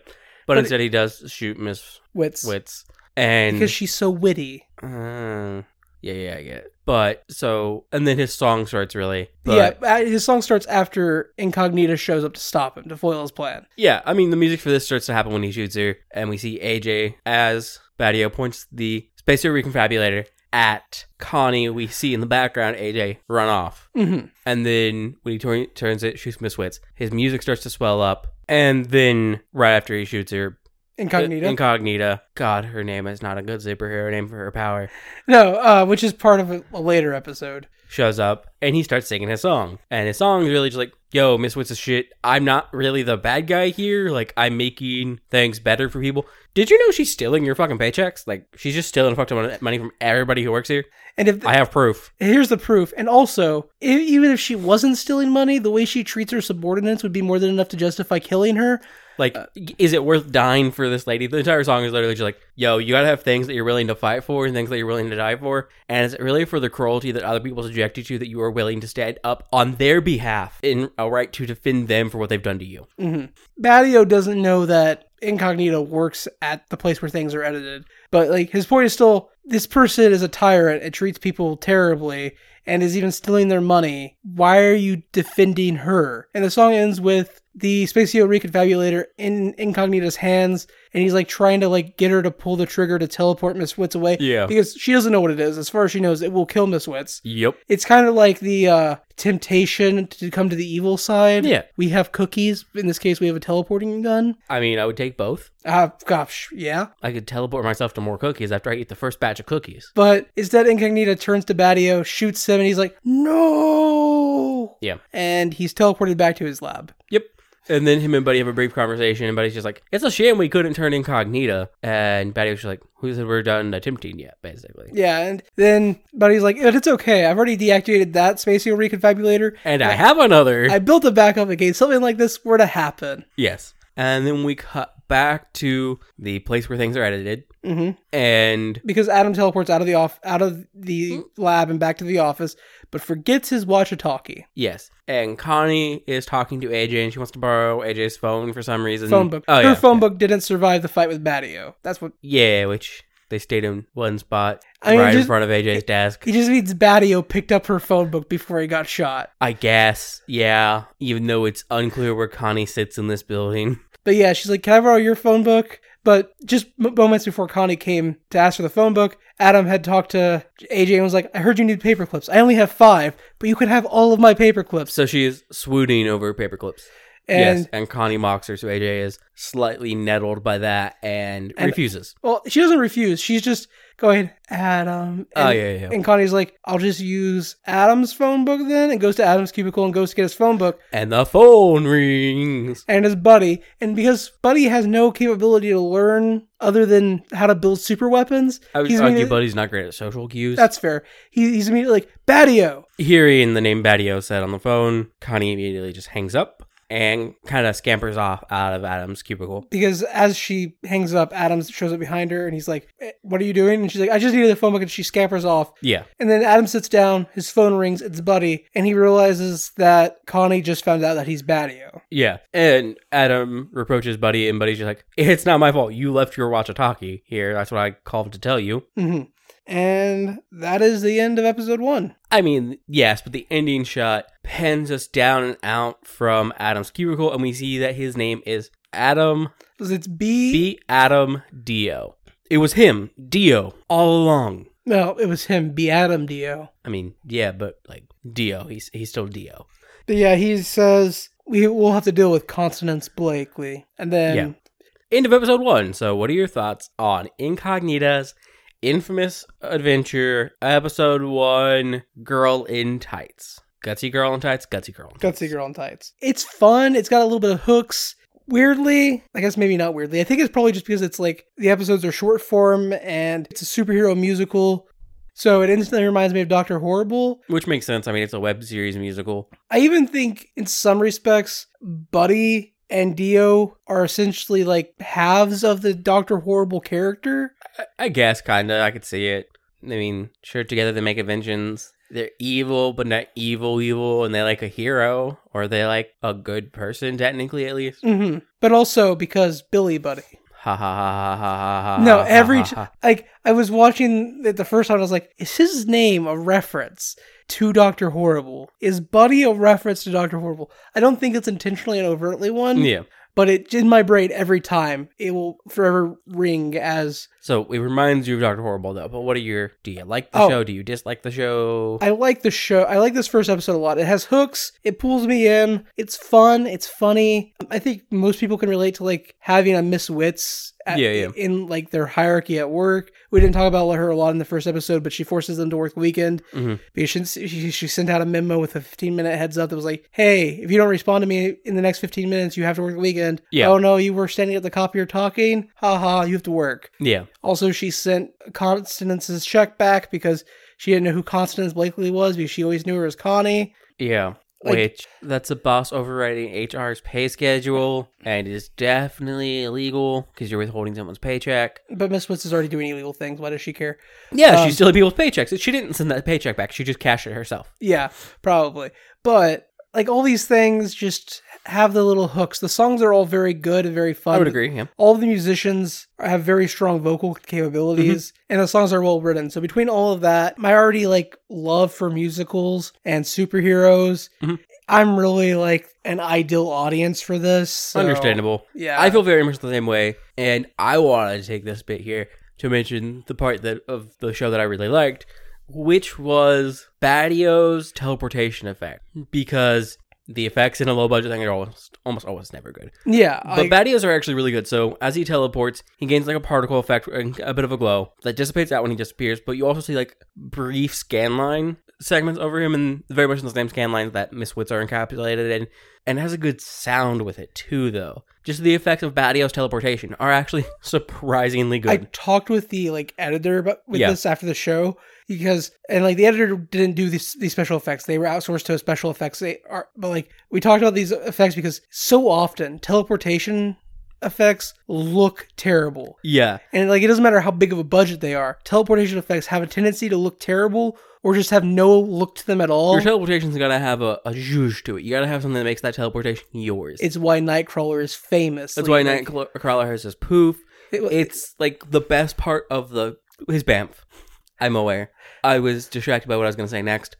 [SPEAKER 2] But,
[SPEAKER 1] But-
[SPEAKER 2] instead, he does shoot Miss
[SPEAKER 1] Wits,
[SPEAKER 2] Wits. And
[SPEAKER 1] because she's so witty.
[SPEAKER 2] Uh, yeah, yeah, I get it. But so, and then his song starts really.
[SPEAKER 1] yeah,
[SPEAKER 2] But,
[SPEAKER 1] uh, his song starts after Incognita shows up to stop him to foil his plan.
[SPEAKER 2] yeah. I mean, the music for this starts to happen when he shoots her, and we see AJ as Badio points the spacer reconfabulator at Connie. We see in the background AJ run off,
[SPEAKER 1] hmm
[SPEAKER 2] and then when he tur- turns it, shoots Miss Wits. His music starts to swell up, and then right after he shoots her, uh,
[SPEAKER 1] Incognita.
[SPEAKER 2] Incognita. God, her name is not a good superhero name for her power.
[SPEAKER 1] no, uh, which is part of a, a later episode.
[SPEAKER 2] shows up and he starts singing his song. And his song is really just like, yo, Miss Wits is shit. I'm not really the bad guy here. Like, I'm making things better for people. Did you know she's stealing your fucking paychecks? Like, she's just stealing a fuck ton of money from everybody who works here.
[SPEAKER 1] And if
[SPEAKER 2] I have proof.
[SPEAKER 1] here's the proof, and also e- even if she wasn't stealing money, the way she treats her subordinates would be more than enough to justify killing her.
[SPEAKER 2] Like, is it worth dying for this lady? The entire song is literally just like, yo, you gotta have things that you're willing to fight for and things that you're willing to die for. And is it really for the cruelty that other people subject you to that you are willing to stand up on their behalf in a right to defend them for what they've done to you?
[SPEAKER 1] hmm Battio doesn't know that Incognito works at the place where things are edited, but like his point is still this person is a tyrant and treats people terribly and is even stealing their money. Why are you defending her? And the song ends with the Spacio Reconfabulator in Incognito's hands, and he's like trying to like get her to pull the trigger to teleport Miss Wits away.
[SPEAKER 2] Yeah.
[SPEAKER 1] Because she doesn't know what it is. As far as she knows, it will kill Miss Wits.
[SPEAKER 2] Yep.
[SPEAKER 1] It's kind of like the uh, temptation to come to the evil side.
[SPEAKER 2] Yeah.
[SPEAKER 1] We have cookies. In this case, we have a teleporting gun.
[SPEAKER 2] I mean, I would take both.
[SPEAKER 1] Uh, gosh, yeah.
[SPEAKER 2] I could teleport myself to more cookies after I eat the first batch of cookies.
[SPEAKER 1] But instead, Incognita turns to Battio, shoots him, and he's like, no.
[SPEAKER 2] Yeah.
[SPEAKER 1] And he's teleported back to his lab.
[SPEAKER 2] Yep. And then him and Buddy have a brief conversation, and Buddy's just like, "It's a shame we couldn't turn incognita." And Buddy was just like, "Who said we're done attempting yet?" Basically.
[SPEAKER 1] Yeah. And then Buddy's like, but it's okay. I've already deactivated that Spacio Reconfabulator.
[SPEAKER 2] And I have another.
[SPEAKER 1] I built it back up again. Something like this were to happen.
[SPEAKER 2] yes. And then we cut back to the place where things are edited,
[SPEAKER 1] hmm
[SPEAKER 2] and
[SPEAKER 1] because Adam teleports out of the off out of the lab and back to the office, but forgets his watch a talkie
[SPEAKER 2] yes, and Connie is talking to AJ, and she wants to borrow AJ's phone for some reason.
[SPEAKER 1] phone book.
[SPEAKER 2] Oh
[SPEAKER 1] Her
[SPEAKER 2] yeah.
[SPEAKER 1] phone book didn't survive the fight with Battio. That's what
[SPEAKER 2] yeah, which they stayed in one spot
[SPEAKER 1] I mean,
[SPEAKER 2] right in
[SPEAKER 1] just-
[SPEAKER 2] front of AJ's desk.
[SPEAKER 1] he just means. Battio picked up her phone book before he got shot.
[SPEAKER 2] I guess, yeah. Even though it's unclear where Connie sits in this building. [laughs]
[SPEAKER 1] But yeah, she's like, "Can I borrow your phone book?" But just m- moments before Connie came to ask for the phone book, Adam had talked to AJ and was like, "I heard you need paper clips. I only have five, but you could have all of my paper clips."
[SPEAKER 2] So she is swooning over paperclips.
[SPEAKER 1] And
[SPEAKER 2] yes, and Connie mocks her, so AJ is slightly nettled by that and,
[SPEAKER 1] And-
[SPEAKER 2] refuses.
[SPEAKER 1] well, she doesn't refuse. She's just going, "Adam."
[SPEAKER 2] Oh,
[SPEAKER 1] and-
[SPEAKER 2] yeah, yeah, yeah.
[SPEAKER 1] And Connie's like, I'll just use Adam's phone book then, and goes to Adam's cubicle and goes to get his phone book
[SPEAKER 2] And the phone rings.
[SPEAKER 1] and his buddy. And because Buddy has no capability to learn other than how to build super weapons,
[SPEAKER 2] I would
[SPEAKER 1] he's
[SPEAKER 2] argue
[SPEAKER 1] immediately-
[SPEAKER 2] Buddy's not great at social cues.
[SPEAKER 1] that's fair. He, he's immediately like, Battio!
[SPEAKER 2] Hearing the name Badio said on the phone, Connie immediately just hangs up and kind of scampers off out of Adam's cubicle.
[SPEAKER 1] Because as she hangs up, Adams shows up behind her and he's like, "Eh, What are you doing? And she's like, I just needed the phone book. And she scampers off.
[SPEAKER 2] Yeah.
[SPEAKER 1] And then Adam sits down, his phone rings, it's Buddy, and he realizes that Connie just found out that he's Battio.
[SPEAKER 2] Yeah. And Adam reproaches Buddy, and Buddy's just like, It's not my fault. You left your watchataki here. That's what I called to tell you.
[SPEAKER 1] hmm And that is the end of episode one.
[SPEAKER 2] I mean, yes, but the ending shot pans us down and out from Adam's cubicle, and we see that his name is Adam
[SPEAKER 1] 'Cause It's B.
[SPEAKER 2] B. Adam Dio. It was him, Dio, all along.
[SPEAKER 1] No, it was him, B. Adam Dio.
[SPEAKER 2] I mean, yeah, but like Dio, he's he's still Dio.
[SPEAKER 1] But yeah, he says we will have to deal with consonants Blakely, and then
[SPEAKER 2] Yeah. End of episode one. So, what are your thoughts on Incognita's infamous adventure, episode one, Girl in Tights? Gutsy Girl in Tights, Gutsy Girl in Tights.
[SPEAKER 1] gutsy girl in tights. It's fun. It's got a little bit of hooks. Weirdly, I guess maybe not weirdly. I think it's probably just because it's like the episodes are short form and it's a superhero musical. So it instantly reminds me of Doctor Horrible,
[SPEAKER 2] Which makes sense. I mean, it's a web series musical.
[SPEAKER 1] I even think in some respects, Buddy and Dio are essentially like halves of the Doctor Horrible character.
[SPEAKER 2] I guess, kind of. I could see it. I mean, sure, together they make inventions. They're evil, but not evil, evil, and they like a hero, or they like a good person, technically at least.
[SPEAKER 1] hmm But also because Billy Buddy.
[SPEAKER 2] Ha ha ha ha ha ha.
[SPEAKER 1] No,
[SPEAKER 2] ha,
[SPEAKER 1] every
[SPEAKER 2] ha,
[SPEAKER 1] t-
[SPEAKER 2] ha.
[SPEAKER 1] like I was watching it the first time, I was like, is his name a reference to Doctor Horrible? Is Buddy a reference to Doctor Horrible? I don't think it's intentionally and overtly one,
[SPEAKER 2] yeah.
[SPEAKER 1] but it in my brain every time it will forever ring as
[SPEAKER 2] So it reminds you of Doctor Horrible, though. But what are your? Do you like the
[SPEAKER 1] Oh.
[SPEAKER 2] show? Do you dislike the show?
[SPEAKER 1] I like the show. I like this first episode a lot. It has hooks. It pulls me in. It's fun. It's funny. I think most people can relate to like having a Miss Wits at,
[SPEAKER 2] Yeah, yeah.
[SPEAKER 1] in like their hierarchy at work. We didn't talk about her a lot in the first episode, but she forces them to work the weekend
[SPEAKER 2] Mhm.
[SPEAKER 1] because she, she, she sent out a memo with a 15 minute heads up that was like, "Hey, if you don't respond to me in the next 15 minutes, you have to work the weekend."
[SPEAKER 2] Yeah.
[SPEAKER 1] Oh no, you were standing at the copier talking. Ha ha, you have to work.
[SPEAKER 2] yeah.
[SPEAKER 1] Also, she sent Constance's check back because she didn't know who Constance Blakely was because she always knew her as Connie.
[SPEAKER 2] Yeah.
[SPEAKER 1] Like-
[SPEAKER 2] Which that's a boss overriding HR's pay schedule and is definitely illegal because you're withholding someone's paycheck.
[SPEAKER 1] But Miss Witz is already doing illegal things. Why does she care?
[SPEAKER 2] Yeah,
[SPEAKER 1] Um,
[SPEAKER 2] she's stealing people's paychecks. She didn't send that paycheck back. She just cashed it herself.
[SPEAKER 1] Yeah, probably. But like all these things just have the little hooks. The songs are all very good and very fun.
[SPEAKER 2] I would agree. Yeah.
[SPEAKER 1] All of the musicians have very strong vocal capabilities,
[SPEAKER 2] Mm-hmm.
[SPEAKER 1] and the songs are well written. So between all of that, my already like love for musicals and superheroes,
[SPEAKER 2] Mhm.
[SPEAKER 1] I'm really like an ideal audience for this. so-
[SPEAKER 2] Understandable.
[SPEAKER 1] Yeah,
[SPEAKER 2] I feel very much the same way, and I want to take this bit here to mention the part that of the show that I really liked, which was Badio's teleportation effect, because the effects in a low budget thing are almost almost always never good.
[SPEAKER 1] Yeah,
[SPEAKER 2] But
[SPEAKER 1] I-
[SPEAKER 2] Batios are actually really good. So as he teleports, he gains like a particle effect and a bit of a glow that dissipates out when he disappears. But you also see like brief scanline segments over him, and very much in the same scanlines that Miss Wits are encapsulated in, and it has a good sound with it too. Though just the effects of Batios teleportation are actually [laughs] surprisingly
[SPEAKER 1] I
[SPEAKER 2] good.
[SPEAKER 1] talked with the like editor about with
[SPEAKER 2] Yeah.
[SPEAKER 1] this after the show because and like the editor didn't do these these special effects. They were outsourced to a special effects. They are but like we talked about these effects because so often teleportation effects look terrible.
[SPEAKER 2] yeah,
[SPEAKER 1] And like it doesn't matter how big of a budget they are. Teleportation effects have a tendency to look terrible or just have no look to them at all.
[SPEAKER 2] your teleportation's gotta have a, a zhuzh to it. You gotta have something that makes that teleportation yours.
[SPEAKER 1] it's why Nightcrawler is famous.
[SPEAKER 2] That's why
[SPEAKER 1] Like,
[SPEAKER 2] Nightcrawler has his poof.
[SPEAKER 1] It-
[SPEAKER 2] it's like the best part of the his bamf. I'm aware. I was distracted by what I was going to say next.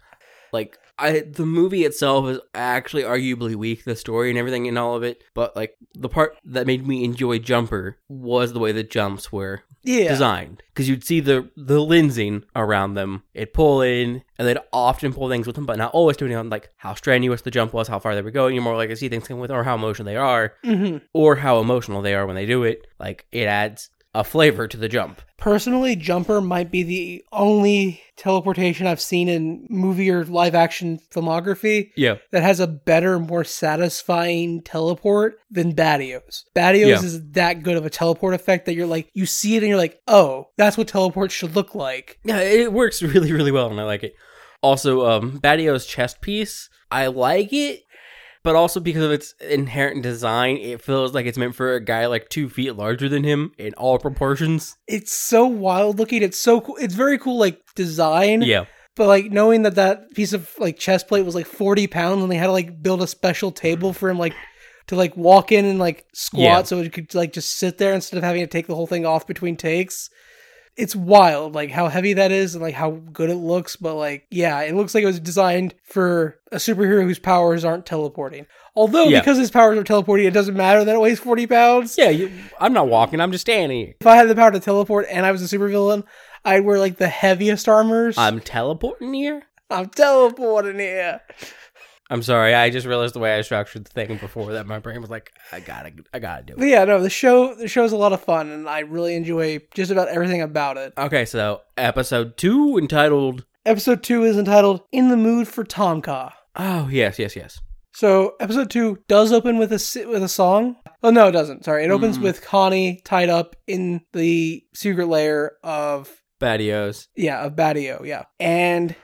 [SPEAKER 2] Like I, the movie itself is actually arguably weak, the story and everything and all of it. But like the part that made me enjoy Jumper was the way the jumps were
[SPEAKER 1] yeah.
[SPEAKER 2] designed because you'd see the the lensing around them. It'd pull in, and they'd often pull things with them, but not always depending on like how strenuous the jump was, how far they were going. You're more likely to see things come with, or how emotional they are,
[SPEAKER 1] Mhm.
[SPEAKER 2] or how emotional they are when they do it. Like it adds a flavor to the jump.
[SPEAKER 1] Personally, Jumper might be the only teleportation I've seen in movie or live action filmography
[SPEAKER 2] Yeah,
[SPEAKER 1] that has a better, more satisfying teleport than Batios. Batios
[SPEAKER 2] Yeah.
[SPEAKER 1] is that good of a teleport effect that you're like, you see it and you're like, oh, that's what teleport should look like.
[SPEAKER 2] yeah, it works [laughs] really, really well, and I like it. Also, um, Badio's chest piece, I like it. But also because of its inherent design, it feels like it's meant for a guy like two feet larger than him in all proportions.
[SPEAKER 1] It's so wild looking. It's so cool. It's very cool, like design.
[SPEAKER 2] Yeah.
[SPEAKER 1] But like knowing that that piece of like chest plate was like 40 pounds and they had to like build a special table for him like to like walk in and like squat
[SPEAKER 2] Yeah.
[SPEAKER 1] so it could like just sit there instead of having to take the whole thing off between takes. It's wild like how heavy that is and like how good it looks but like yeah, it looks like it was designed for a superhero whose powers aren't teleporting. Although
[SPEAKER 2] Yeah.
[SPEAKER 1] because his powers are teleporting it doesn't matter that it weighs 40 pounds.
[SPEAKER 2] Yeah, you, I'm not walking. I'm just standing here.
[SPEAKER 1] If I had the power to teleport and I was a supervillain, I'd wear like the heaviest armors.
[SPEAKER 2] I'm teleporting here.
[SPEAKER 1] I'm teleporting here.
[SPEAKER 2] I'm sorry. I just realized the way I structured the thing before that my brain was like, I gotta, I gotta do it.
[SPEAKER 1] But yeah, no, the show the show's a lot of fun, and I really enjoy just about everything about it.
[SPEAKER 2] Okay, so episode two entitled.
[SPEAKER 1] Episode two is entitled "In the Mood for Tomka."
[SPEAKER 2] Oh yes, yes, yes.
[SPEAKER 1] So episode two does open with a si- with a song. Oh no, it doesn't. Sorry, it opens
[SPEAKER 2] Mm.
[SPEAKER 1] with Connie tied up in the secret layer of
[SPEAKER 2] Badios.
[SPEAKER 1] yeah of Badio. Yeah, and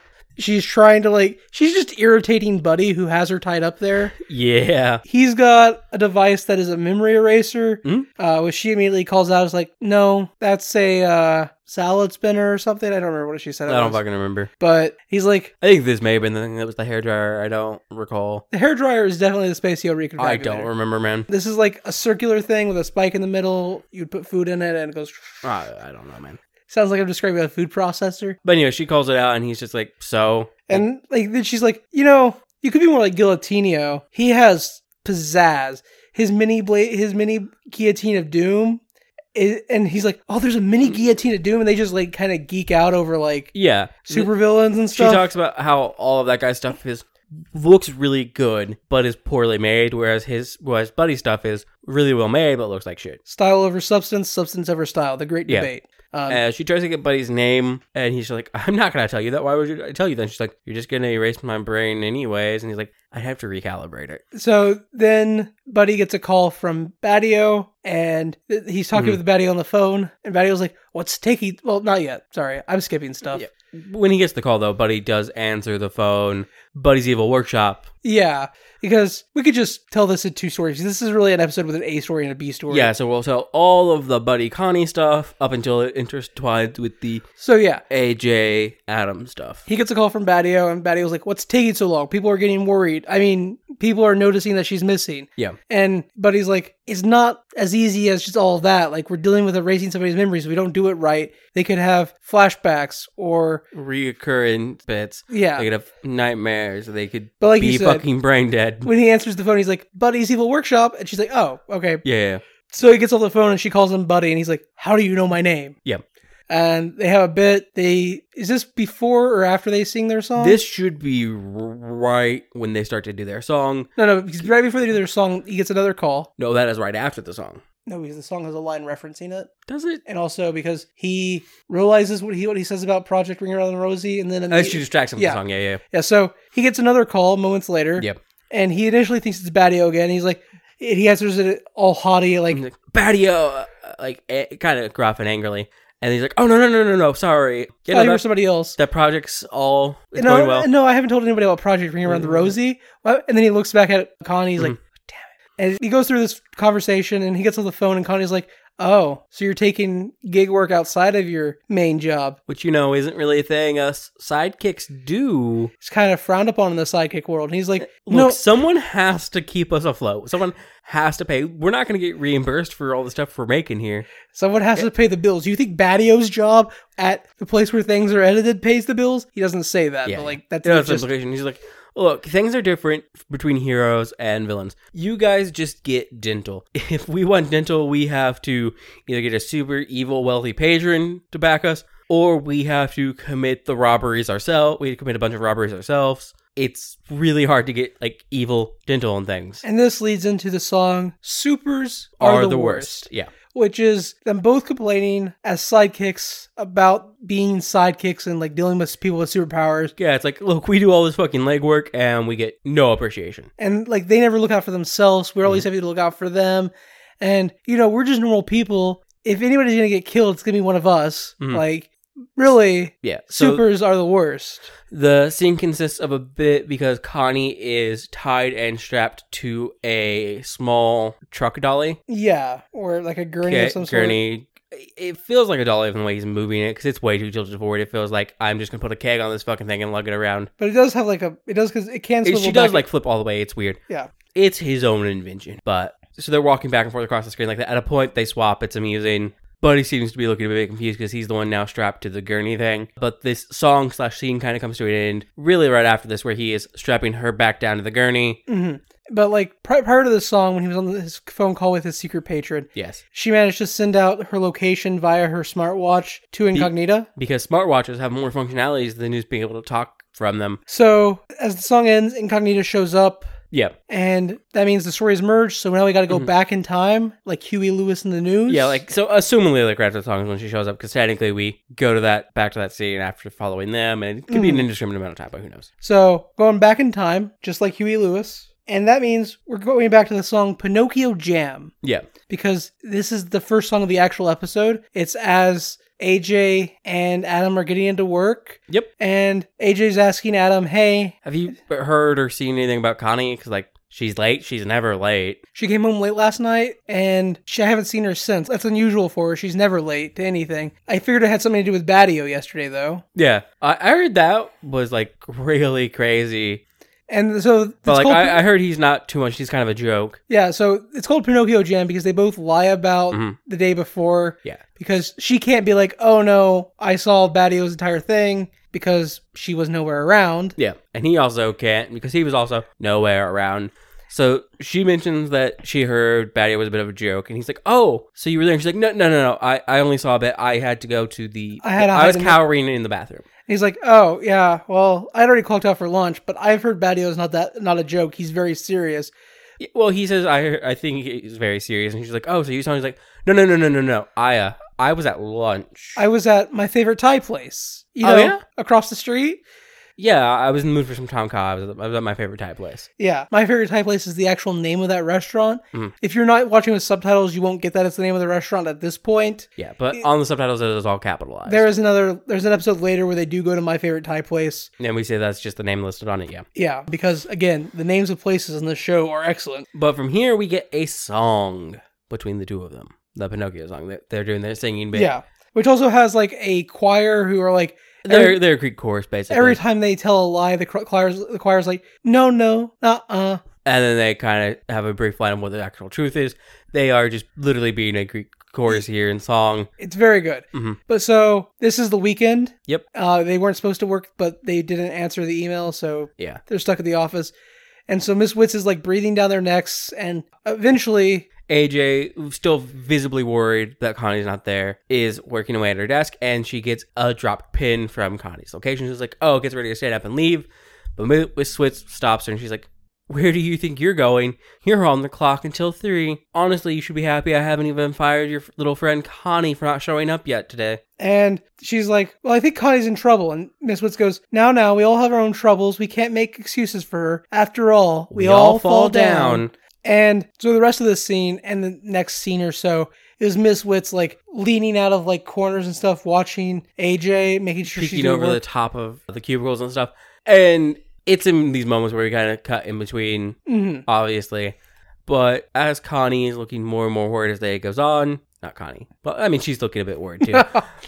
[SPEAKER 1] She's trying to like she's just irritating Buddy who has her tied up there.
[SPEAKER 2] Yeah.
[SPEAKER 1] He's got a device that is a memory eraser,
[SPEAKER 2] Hmm?
[SPEAKER 1] uh, which she immediately calls out as like, no, that's a uh, salad spinner or something. I don't remember what she said.
[SPEAKER 2] I
[SPEAKER 1] it
[SPEAKER 2] don't
[SPEAKER 1] was.
[SPEAKER 2] fucking remember.
[SPEAKER 1] But he's like,
[SPEAKER 2] I think this may have been the thing that was the hairdryer. I don't recall.
[SPEAKER 1] the hairdryer is definitely the Spacio Reconfigurator.
[SPEAKER 2] I don't remember, man.
[SPEAKER 1] This is like a circular thing with a spike in the middle. You'd put food in it and it goes.
[SPEAKER 2] I, I don't know, man.
[SPEAKER 1] Sounds like I'm describing a food processor.
[SPEAKER 2] But anyway, she calls it out, and he's just like, "So."
[SPEAKER 1] And like then she's like, you know, you could be more like Guillotinio. He has pizzazz. His mini blade, his mini guillotine of doom, i- and he's like, oh, there's a mini guillotine of doom, and they just like kind of geek out over like
[SPEAKER 2] Yeah.
[SPEAKER 1] supervillains and
[SPEAKER 2] She
[SPEAKER 1] stuff.
[SPEAKER 2] talks about how all of that guy's stuff is looks really good, but is poorly made, whereas his whereas Buddy stuff is really well made, but looks like shit.
[SPEAKER 1] style over substance, substance over style. The great
[SPEAKER 2] Yeah.
[SPEAKER 1] debate. Um,
[SPEAKER 2] Uh, she tries to get Buddy's name, and he's like, [laughs] "I'm not gonna tell you that. Why would you I tell you?" Then she's like, "You're just gonna erase my brain anyways." And he's like, "I have to recalibrate it."
[SPEAKER 1] So then Buddy gets a call from Battio and th- he's talking
[SPEAKER 2] Mhm.
[SPEAKER 1] with Battio on the phone. And Battio's like, What's taking? Well, not yet. Sorry. I'm skipping stuff. Yeah.
[SPEAKER 2] Yeah. When he gets the call, though, Buddy does answer the phone. Buddy's evil workshop.
[SPEAKER 1] because we could just tell this in two stories. This is really an episode with an A story and a B story.
[SPEAKER 2] Yeah, so we'll tell all of the Buddy Connie stuff up until it intertwines with the
[SPEAKER 1] So yeah.
[SPEAKER 2] AJ Adam stuff.
[SPEAKER 1] He gets a call from Battio and Battio's like, What's taking so long? People are getting worried. I mean, people are noticing that she's missing.
[SPEAKER 2] Yeah.
[SPEAKER 1] And Buddy's like, It's not as easy as just all that. Like, we're dealing with erasing somebody's memories. If we don't do it right, they could have flashbacks or,
[SPEAKER 2] Reoccurring bits.
[SPEAKER 1] yeah.
[SPEAKER 2] They could have nightmares. They could
[SPEAKER 1] But like
[SPEAKER 2] be
[SPEAKER 1] you said,
[SPEAKER 2] fucking brain dead.
[SPEAKER 1] when he answers the phone, he's like, Buddy's Evil Workshop. And she's like, oh, okay.
[SPEAKER 2] Yeah.
[SPEAKER 1] So he gets off the phone and she calls him Buddy. And he's like, how do you know my name?
[SPEAKER 2] Yeah.
[SPEAKER 1] And they have a bit. They Is this before or after they sing their song?
[SPEAKER 2] This should be r- right when they start to do their song.
[SPEAKER 1] No, no. Because right before they do their song, he gets another call.
[SPEAKER 2] No, that is right after the song.
[SPEAKER 1] No, because the song has a line referencing it.
[SPEAKER 2] Does it?
[SPEAKER 1] And also because he realizes what he what he says about Project Ring Around the Rosie. And then. in
[SPEAKER 2] That
[SPEAKER 1] the-
[SPEAKER 2] should distract him from
[SPEAKER 1] yeah.
[SPEAKER 2] the song. Yeah, yeah.
[SPEAKER 1] yeah, so he gets another call moments later.
[SPEAKER 2] Yep.
[SPEAKER 1] And he initially thinks it's Battio again. He's like, and he answers it all haughty, like,
[SPEAKER 2] And he's like, Badio, uh, like kind of gruff and angrily. And he's like, "Oh no, no, no, no, no! Sorry, you
[SPEAKER 1] oh,
[SPEAKER 2] know,
[SPEAKER 1] you were
[SPEAKER 2] that,
[SPEAKER 1] somebody else.
[SPEAKER 2] that project's all it's
[SPEAKER 1] no,
[SPEAKER 2] going well."
[SPEAKER 1] no, I haven't told anybody about Project Ring Around the
[SPEAKER 2] Mm.
[SPEAKER 1] Rosie. Well, And then he looks back at Connie. He's like,
[SPEAKER 2] Mm-hmm.
[SPEAKER 1] damn it. And he goes through this conversation and he gets on the phone and Connie's like, oh, so you're taking gig work outside of your main job.
[SPEAKER 2] which you know isn't really a thing us sidekicks do.
[SPEAKER 1] It's kind of frowned upon in the sidekick world. And he's like,
[SPEAKER 2] Look,
[SPEAKER 1] no,
[SPEAKER 2] someone has to keep us afloat. Someone has to pay. We're not going to get reimbursed for all the stuff we're making here.
[SPEAKER 1] someone has to pay the bills. You think Battio's job at the place where things are edited pays the bills? He doesn't say that,
[SPEAKER 2] Yeah,
[SPEAKER 1] but
[SPEAKER 2] yeah.
[SPEAKER 1] like, that's
[SPEAKER 2] You know, that's the
[SPEAKER 1] just,
[SPEAKER 2] implication. He's like, look, things are different between heroes and villains. You guys just get dental. [laughs] If we want dental, we have to either get a super evil wealthy patron to back us, or we have to commit the robberies ourselves. We commit a bunch of robberies ourselves. It's really hard to get like evil dental and things.
[SPEAKER 1] and this leads into the song Supers Are, the, worst.
[SPEAKER 2] Yeah.
[SPEAKER 1] which is them both complaining as sidekicks about being sidekicks and like dealing with people with superpowers.
[SPEAKER 2] Yeah, it's like, look, we do all this fucking legwork and we get no appreciation.
[SPEAKER 1] And like they never look out for themselves. We're
[SPEAKER 2] Mm-hmm.
[SPEAKER 1] always having to look out for them. And you know, we're just normal people. If anybody's gonna get killed, it's gonna be one of us.
[SPEAKER 2] Mhm.
[SPEAKER 1] Like, really,
[SPEAKER 2] Yeah. So
[SPEAKER 1] supers are the worst.
[SPEAKER 2] the scene consists of a bit because Connie is tied and strapped to a small truck dolly.
[SPEAKER 1] Yeah, or like a gurney
[SPEAKER 2] Gu-
[SPEAKER 1] of some sort.
[SPEAKER 2] gurney. It feels like a dolly from the way he's moving it because it's way too tilted forward. It feels like I'm just gonna put a keg on this fucking thing and lug it around.
[SPEAKER 1] But it does have like a. It does because it can.
[SPEAKER 2] It-
[SPEAKER 1] swivel
[SPEAKER 2] she does
[SPEAKER 1] back-
[SPEAKER 2] like flip all the way. It's weird.
[SPEAKER 1] Yeah.
[SPEAKER 2] It's his own invention, but so they're walking back and forth across the screen like that. At a point, they swap. It's amusing. Buddy seems to be looking a bit confused because he's the one now strapped to the gurney thing. But this song slash scene kind of comes to an end really right after this, where he is strapping her back down to the gurney.
[SPEAKER 1] Mhm. But like pri- prior to the song, when he was on his phone call with his secret patron,
[SPEAKER 2] Yes,
[SPEAKER 1] She managed to send out her location via her smartwatch to Incognita.
[SPEAKER 2] because smartwatches have more functionalities than just being able to talk from them.
[SPEAKER 1] So as the song ends, Incognita shows up,
[SPEAKER 2] Yeah,
[SPEAKER 1] and that means the stories merge. So now we got to go
[SPEAKER 2] Mhm.
[SPEAKER 1] back in time, like Huey Lewis in the news.
[SPEAKER 2] yeah. Like so, assumingly, like right after the song is when she shows up, because technically we go to that back to that scene after following them, and it could be an indiscriminate amount of time, but who knows?
[SPEAKER 1] so, going back in time, just like Huey Lewis, And that means we're going back to the song Pinocchio Jam
[SPEAKER 2] Yeah.
[SPEAKER 1] because this is the first song of the actual episode. It's as AJ and Adam are getting into work.
[SPEAKER 2] Yep.
[SPEAKER 1] And AJ's asking Adam, hey,
[SPEAKER 2] Have you heard or seen anything about Connie? Because like she's late. She's never late.
[SPEAKER 1] she came home late last night and she, I haven't seen her since. That's unusual for her. She's never late to anything. I figured it had something to do with Badio yesterday, though.
[SPEAKER 2] Yeah, I, I heard that was like really crazy.
[SPEAKER 1] And so it's
[SPEAKER 2] But like
[SPEAKER 1] called-
[SPEAKER 2] I, I heard he's not too much. He's kind of a joke.
[SPEAKER 1] Yeah, so it's called Pinocchio Jam because they both lie about
[SPEAKER 2] Mhm.
[SPEAKER 1] the day before.
[SPEAKER 2] Yeah.
[SPEAKER 1] Because she can't be like, oh no, I saw Badio's entire thing because she was nowhere around.
[SPEAKER 2] Yeah, and he also can't because he was also nowhere around. So she mentions that she heard Batty was a bit of a joke, and he's like, "Oh, so you were there?" And she's like, "No, no, no, no. I, I only saw a bit. I had to go to the.
[SPEAKER 1] I had to
[SPEAKER 2] I
[SPEAKER 1] hide
[SPEAKER 2] was
[SPEAKER 1] in the-
[SPEAKER 2] cowering in the bathroom.
[SPEAKER 1] And he's like, oh yeah, well, I'd already clocked out for lunch, but I've heard Badio's not that not a joke. He's very serious.
[SPEAKER 2] Yeah, Well, he says, "I I think he's very serious," and she's like, "Oh, so you saw?" him?" He's like, "No, no, no, no, no, no. I uh, I was at lunch.
[SPEAKER 1] I was at my favorite Thai place, you know,
[SPEAKER 2] Oh, yeah?
[SPEAKER 1] across the street.
[SPEAKER 2] yeah, I was in the mood for some Tom Kha. I was, at- I was at my favorite Thai place.
[SPEAKER 1] Yeah, my favorite Thai place is the actual name of that restaurant.
[SPEAKER 2] Mhm.
[SPEAKER 1] If you're not watching with subtitles, you won't get that it's the name of the restaurant at this point.
[SPEAKER 2] Yeah, but on the subtitles, it is all capitalized.
[SPEAKER 1] There is another. There's an episode later where they do go to my favorite Thai place.
[SPEAKER 2] and we say that's just the name listed on it. Yeah,
[SPEAKER 1] Yeah, because again, the names of places in this show are excellent.
[SPEAKER 2] but from here we get a song between the two of them, the Pinocchio song. They're, they're doing their singing bit.
[SPEAKER 1] Yeah, which also has like a choir who are like
[SPEAKER 2] they're
[SPEAKER 1] every,
[SPEAKER 2] they're a Greek chorus basically.
[SPEAKER 1] every time they tell a lie, the cr- choir's the choir's like no, no, uh, uh.
[SPEAKER 2] and then they kind of have a brief line of what the actual truth is. They are just literally being a Greek chorus here in song.
[SPEAKER 1] It's very good.
[SPEAKER 2] Mhm.
[SPEAKER 1] But so this is the weekend.
[SPEAKER 2] Yep.
[SPEAKER 1] Uh, they weren't supposed to work, but they didn't answer the email, so
[SPEAKER 2] Yeah,
[SPEAKER 1] they're stuck at the office. And so Miss Witz is like breathing down their necks, and eventually
[SPEAKER 2] AJ, still visibly worried that Connie's not there, is working away at her desk and she gets a dropped pin from Connie's location. She's like, oh, gets ready to stand up and leave. But Miss Switz stops her and she's like, where do you think you're going? You're on the clock until three. Honestly, you should be happy I haven't even fired your f- little friend Connie for not showing up yet today.
[SPEAKER 1] And she's like, Well, I think Connie's in trouble. And Miss Woods goes, Now, now, we all have our own troubles. We can't make excuses for her. After all, we, all, fall down. And so the rest of this scene and the next scene or so is Miss Witz like leaning out of like corners and stuff, watching AJ, making sure she's
[SPEAKER 2] peeking
[SPEAKER 1] doing
[SPEAKER 2] over the
[SPEAKER 1] work.
[SPEAKER 2] top of the cubicles and stuff. And it's in these moments where we kind of cut in between
[SPEAKER 1] Mhm.
[SPEAKER 2] obviously. But as Connie is looking more and more worried as the day goes on, not Connie, but I mean, she's looking a bit worried too.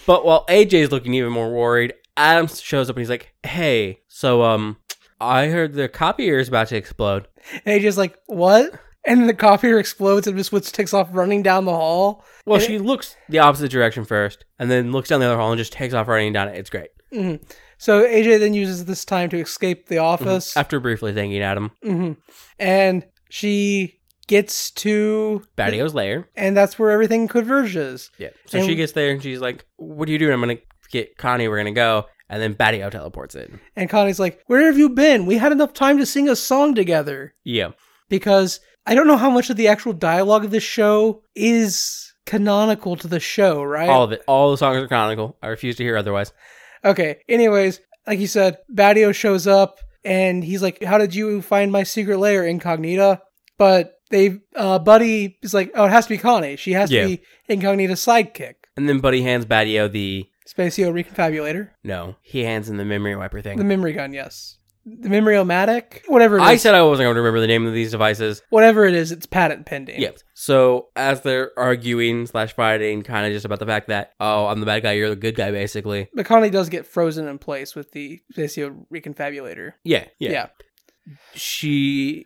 [SPEAKER 2] but while AJ is looking even more worried, Adam shows up and he's like, hey, so, um, I heard the copier is about to explode.
[SPEAKER 1] And AJ's like, What? And the copier [laughs] explodes, and Miss Woods takes off running down the hall.
[SPEAKER 2] Well,
[SPEAKER 1] And-
[SPEAKER 2] she looks the opposite direction first and then looks down the other hall and just takes off running down it. It's great.
[SPEAKER 1] Mhm. So AJ then uses this time to escape the office.
[SPEAKER 2] After briefly thanking Adam,
[SPEAKER 1] Mhm. And she gets to
[SPEAKER 2] Badio's lair.
[SPEAKER 1] and that's where everything converges.
[SPEAKER 2] Yeah. So
[SPEAKER 1] And-
[SPEAKER 2] she gets there and she's like, what are you doing? I'm going to get Connie. We're going to go. And then Badio teleports in.
[SPEAKER 1] And Connie's like, "Where have you been? We had enough time to sing a song together."
[SPEAKER 2] Yeah.
[SPEAKER 1] Because I don't know how much of the actual dialogue of this show is canonical to the show, right?
[SPEAKER 2] All of it. All the songs are canonical. I refuse to hear otherwise.
[SPEAKER 1] okay. Anyways, like you said, Badio shows up and he's like, "How did you find my secret lair, Incognita?" But they, uh, Buddy is like, "Oh, it has to be Connie. She has
[SPEAKER 2] Yeah.
[SPEAKER 1] to be Incognita's sidekick."
[SPEAKER 2] And then Buddy hands Badio the
[SPEAKER 1] Spacio Reconfabulator,
[SPEAKER 2] no. He hands him the memory wiper
[SPEAKER 1] the
[SPEAKER 2] thing.
[SPEAKER 1] memory gun, yes, the memory o whatever. It is.
[SPEAKER 2] I said I wasn't going to remember the name of these devices.
[SPEAKER 1] whatever it is, it's patent pending.
[SPEAKER 2] Yep. So as they're arguing slash fighting, kind of just about the fact that oh, I'm the bad guy, you're the good guy, basically.
[SPEAKER 1] But Connie does get frozen in place with the Spacio Reconfabulator.
[SPEAKER 2] Yeah. Yeah. She.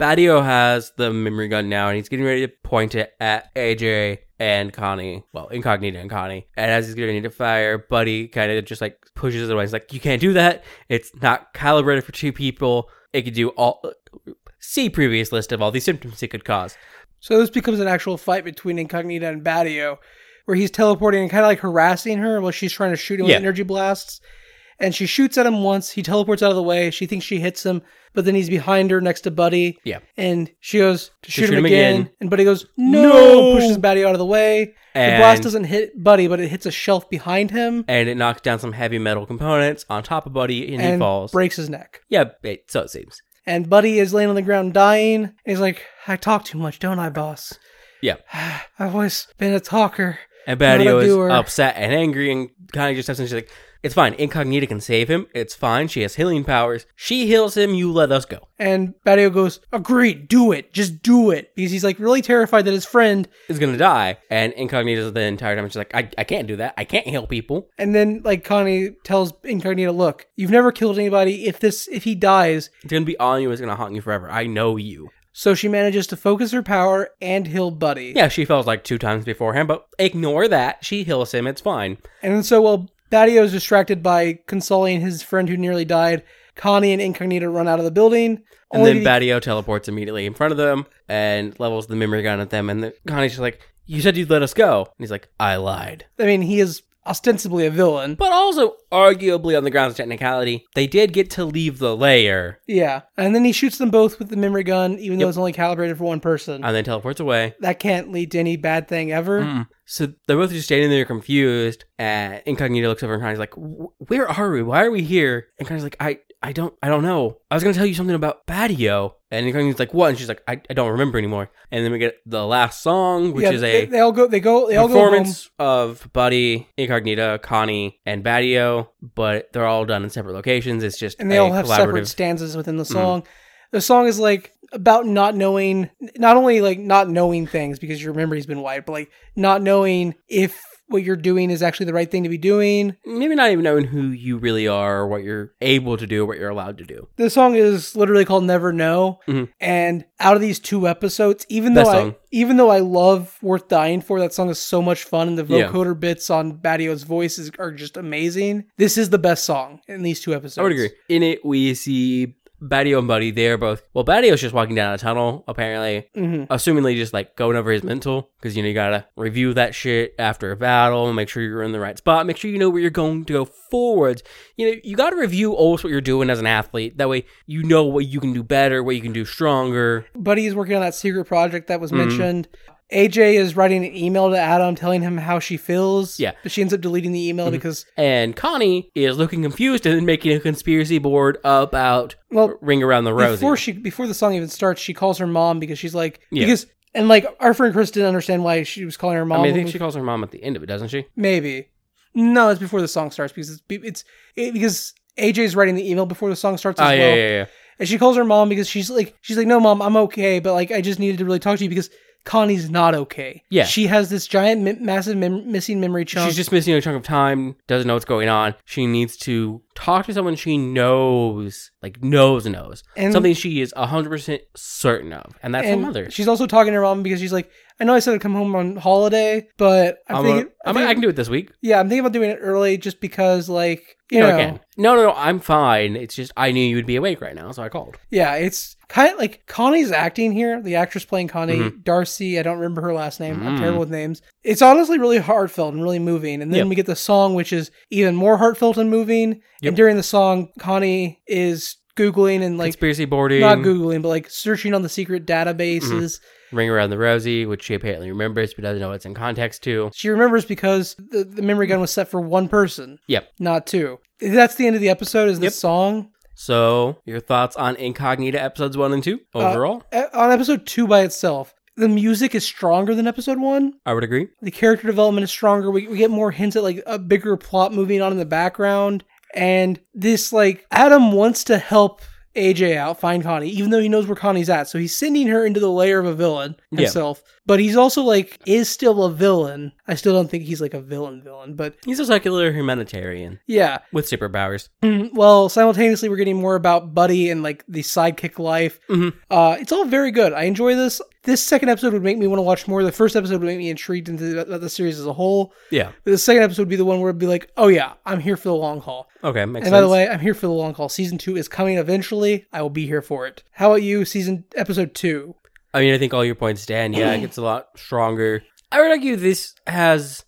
[SPEAKER 2] Badio has the memory gun now, and he's getting ready to point it at AJ and Connie. Well, Incognito and Connie. And as he's getting ready to fire, Buddy kind of just like pushes it away. He's like, "You can't do that. It's not calibrated for two people. It could do all." See previous list of all the symptoms it could cause.
[SPEAKER 1] So this becomes an actual fight between Incognita and Badio, where he's teleporting and kind of like harassing her while she's trying to shoot him
[SPEAKER 2] Yeah.
[SPEAKER 1] with energy blasts. And she shoots at him once. He teleports out of the way. She thinks she hits him, but then he's behind her next to Buddy.
[SPEAKER 2] Yeah.
[SPEAKER 1] And she goes to shoot, him,
[SPEAKER 2] him
[SPEAKER 1] again,
[SPEAKER 2] again.
[SPEAKER 1] And Buddy goes, no,
[SPEAKER 2] No!
[SPEAKER 1] pushes Badio out of the way. the
[SPEAKER 2] And,
[SPEAKER 1] blast doesn't hit Buddy, but it hits a shelf behind him
[SPEAKER 2] and it knocks down some heavy metal components on top of Buddy and, he
[SPEAKER 1] and
[SPEAKER 2] falls.
[SPEAKER 1] breaks his neck.
[SPEAKER 2] yeah, it, so it seems.
[SPEAKER 1] and Buddy is laying on the ground dying. And he's like, I talk too much, don't I, boss?
[SPEAKER 2] Yeah.
[SPEAKER 1] I've always been a talker.
[SPEAKER 2] And
[SPEAKER 1] Not a
[SPEAKER 2] Badio is
[SPEAKER 1] doer.
[SPEAKER 2] upset and angry and kind of just doesn't. She's like, it's fine. Incognita can save him. It's fine. She has healing powers. She heals him. You let us go.
[SPEAKER 1] And Badio goes, Agreed, do it, just do it. Because he's like really terrified that his friend,
[SPEAKER 2] Is going to die. And Incognita's the entire time. She's like, I, I can't do that. I can't heal people.
[SPEAKER 1] and then like Connie tells Incognito, Look, you've never killed anybody. If this, if he dies,
[SPEAKER 2] It's going to be on you. It's going to haunt you forever. I know you.
[SPEAKER 1] So she manages to focus her power and heal Buddy.
[SPEAKER 2] Yeah, she falls like two times beforehand, but ignore that. She heals him. It's fine.
[SPEAKER 1] And so while Badio is distracted by consoling his friend who nearly died, Connie and Incognito run out of the building.
[SPEAKER 2] And
[SPEAKER 1] only
[SPEAKER 2] then
[SPEAKER 1] to be-
[SPEAKER 2] Badio teleports immediately in front of them and levels the memory gun at them. And the, Connie's just like, You said you'd let us go. And he's like, I lied.
[SPEAKER 1] I mean, he is ostensibly a villain.
[SPEAKER 2] But also, arguably, on the grounds of technicality, they did get to leave the layer
[SPEAKER 1] yeah. And then he shoots them both with the memory gun, even though it's only calibrated for one person.
[SPEAKER 2] and then teleports away.
[SPEAKER 1] that can't lead to any bad thing ever.
[SPEAKER 2] So they're both just standing there confused. And Incognito looks over and Connie's like, "Wh- Where are we? Why are we here? And Connie's like, I. I don't, I don't know. I was gonna tell you something about Badio, and Incognito's like, "What?" And she's like, I, "I don't remember anymore." And then we get the last song, which
[SPEAKER 1] Yeah,
[SPEAKER 2] is
[SPEAKER 1] they,
[SPEAKER 2] a
[SPEAKER 1] they all go. They go. They all go home.
[SPEAKER 2] performance of Buddy, Incognito, Connie, and Badio, but they're all done in separate locations. It's just
[SPEAKER 1] and they
[SPEAKER 2] a
[SPEAKER 1] all have separate
[SPEAKER 2] collaborative. Mm-hmm.
[SPEAKER 1] stanzas within the song. The song is like about not knowing, not only like not knowing things because your memory's been wiped, but like not knowing if what you're doing is actually the right thing to be doing.
[SPEAKER 2] maybe not even knowing who you really are, or what you're able to do, or what you're allowed to do.
[SPEAKER 1] The song is literally called "Never Know,"
[SPEAKER 2] Mhm.
[SPEAKER 1] and out of these two episodes, even
[SPEAKER 2] Best
[SPEAKER 1] though I
[SPEAKER 2] song.
[SPEAKER 1] even though I love "Worth Dying For," that song is so much fun, and the
[SPEAKER 2] Yeah.
[SPEAKER 1] vocoder bits on Badio's voice is, are just amazing. This is the best song in these two episodes.
[SPEAKER 2] I would agree. In it, we see Badio and Buddy. They are both well. Badio's just walking down a tunnel, apparently,
[SPEAKER 1] hmm
[SPEAKER 2] assumingly just like going over his mental, because you know you gotta review that shit after a battle, make sure you're in the right spot, make sure you know where you're going to go forwards. You know you gotta review always what you're doing as an athlete. That way you know what you can do better, what you can do stronger.
[SPEAKER 1] Buddy is working on that secret project that was
[SPEAKER 2] Mhm.
[SPEAKER 1] mentioned. AJ is writing an email to Adam telling him how she feels.
[SPEAKER 2] Yeah. Mm-hmm.
[SPEAKER 1] But she ends up deleting the email because,
[SPEAKER 2] And Connie is looking confused and making a conspiracy board about
[SPEAKER 1] well,
[SPEAKER 2] ring around the rosy.
[SPEAKER 1] before she before the song even starts, she calls her mom because she's like
[SPEAKER 2] Yeah.
[SPEAKER 1] because and like our friend Chris didn't understand why she was calling her
[SPEAKER 2] I
[SPEAKER 1] mom.
[SPEAKER 2] mean, I
[SPEAKER 1] when
[SPEAKER 2] think
[SPEAKER 1] we-
[SPEAKER 2] she calls her mom at the end of it, doesn't she?
[SPEAKER 1] maybe. No, it's before the song starts because it's be- it's it, because AJ's writing the email before the song starts as
[SPEAKER 2] Oh,
[SPEAKER 1] well.
[SPEAKER 2] yeah, yeah, yeah.
[SPEAKER 1] And she calls her mom because she's like, she's like, no, mom, I'm okay, but like, I just needed to really talk to you because Connie's not okay.
[SPEAKER 2] Yeah.
[SPEAKER 1] she has this giant, mi- massive mem- missing memory chunk.
[SPEAKER 2] She's just missing a chunk of time, doesn't know what's going on. She needs to talk to someone she knows, like knows knows.
[SPEAKER 1] And-
[SPEAKER 2] Something she is 100% certain of, and that's
[SPEAKER 1] and
[SPEAKER 2] her mother.
[SPEAKER 1] She's also talking to her mom because she's like, I know I said I'd come home on holiday, but I'm,
[SPEAKER 2] I'm a-
[SPEAKER 1] thinking, I'm
[SPEAKER 2] I'm a- I
[SPEAKER 1] thinking-
[SPEAKER 2] can do it this week.
[SPEAKER 1] yeah, I'm thinking about doing it early just because, like, you
[SPEAKER 2] No,
[SPEAKER 1] know,
[SPEAKER 2] I can. No, no, no, I'm fine. It's just I knew you would be awake right now, so I called.
[SPEAKER 1] yeah, it's kind of like Connie's acting here. The actress playing Connie, Darcy, I don't remember her last name. I'm
[SPEAKER 2] Mm-hmm. Mm.
[SPEAKER 1] terrible with names. It's honestly really heartfelt and really moving. And then
[SPEAKER 2] Yep.
[SPEAKER 1] we get the song, which is even more heartfelt and moving.
[SPEAKER 2] Yep.
[SPEAKER 1] And during the song, Connie is googling and like.
[SPEAKER 2] Conspiracy boarding,
[SPEAKER 1] not googling, but like searching on the secret databases.
[SPEAKER 2] ring around the rosy, which she apparently remembers but doesn't know what's in context to.
[SPEAKER 1] She remembers because the, the memory gun was set for one person,
[SPEAKER 2] Yep.
[SPEAKER 1] not two. That's the end of the episode. Is this
[SPEAKER 2] Yep.
[SPEAKER 1] song
[SPEAKER 2] So, your thoughts on Incognita episodes one and two overall?
[SPEAKER 1] Uh, on episode two by itself? The music is stronger than episode one.
[SPEAKER 2] I would agree.
[SPEAKER 1] The character development is stronger. We, we get more hints at like a bigger plot moving on in the background, and this like Adam wants to help AJ out find Connie, even though he knows where Connie's at. So he's sending her into the layer of a villain
[SPEAKER 2] Yeah.
[SPEAKER 1] himself, but he's also like is still a villain. I still don't think he's like a villain villain, but
[SPEAKER 2] He's a secular humanitarian
[SPEAKER 1] yeah.
[SPEAKER 2] with superpowers.
[SPEAKER 1] Mm, well, simultaneously, we're getting more about Buddy and like the sidekick life.
[SPEAKER 2] Mhm.
[SPEAKER 1] Uh, it's all very good. I enjoy this. This second episode would make me want to watch more. The first episode would make me intrigued into the, the series as a whole.
[SPEAKER 2] Yeah.
[SPEAKER 1] But the second episode would be the one where it'd be like, oh yeah, I'm here for the long haul.
[SPEAKER 2] Okay, makes
[SPEAKER 1] and
[SPEAKER 2] sense.
[SPEAKER 1] by the way, I'm here for the long haul. Season two is coming eventually. I will be here for it. How about you? Season episode two.
[SPEAKER 2] I mean, I think all your points stand. Yeah, it gets a lot stronger. I would argue this has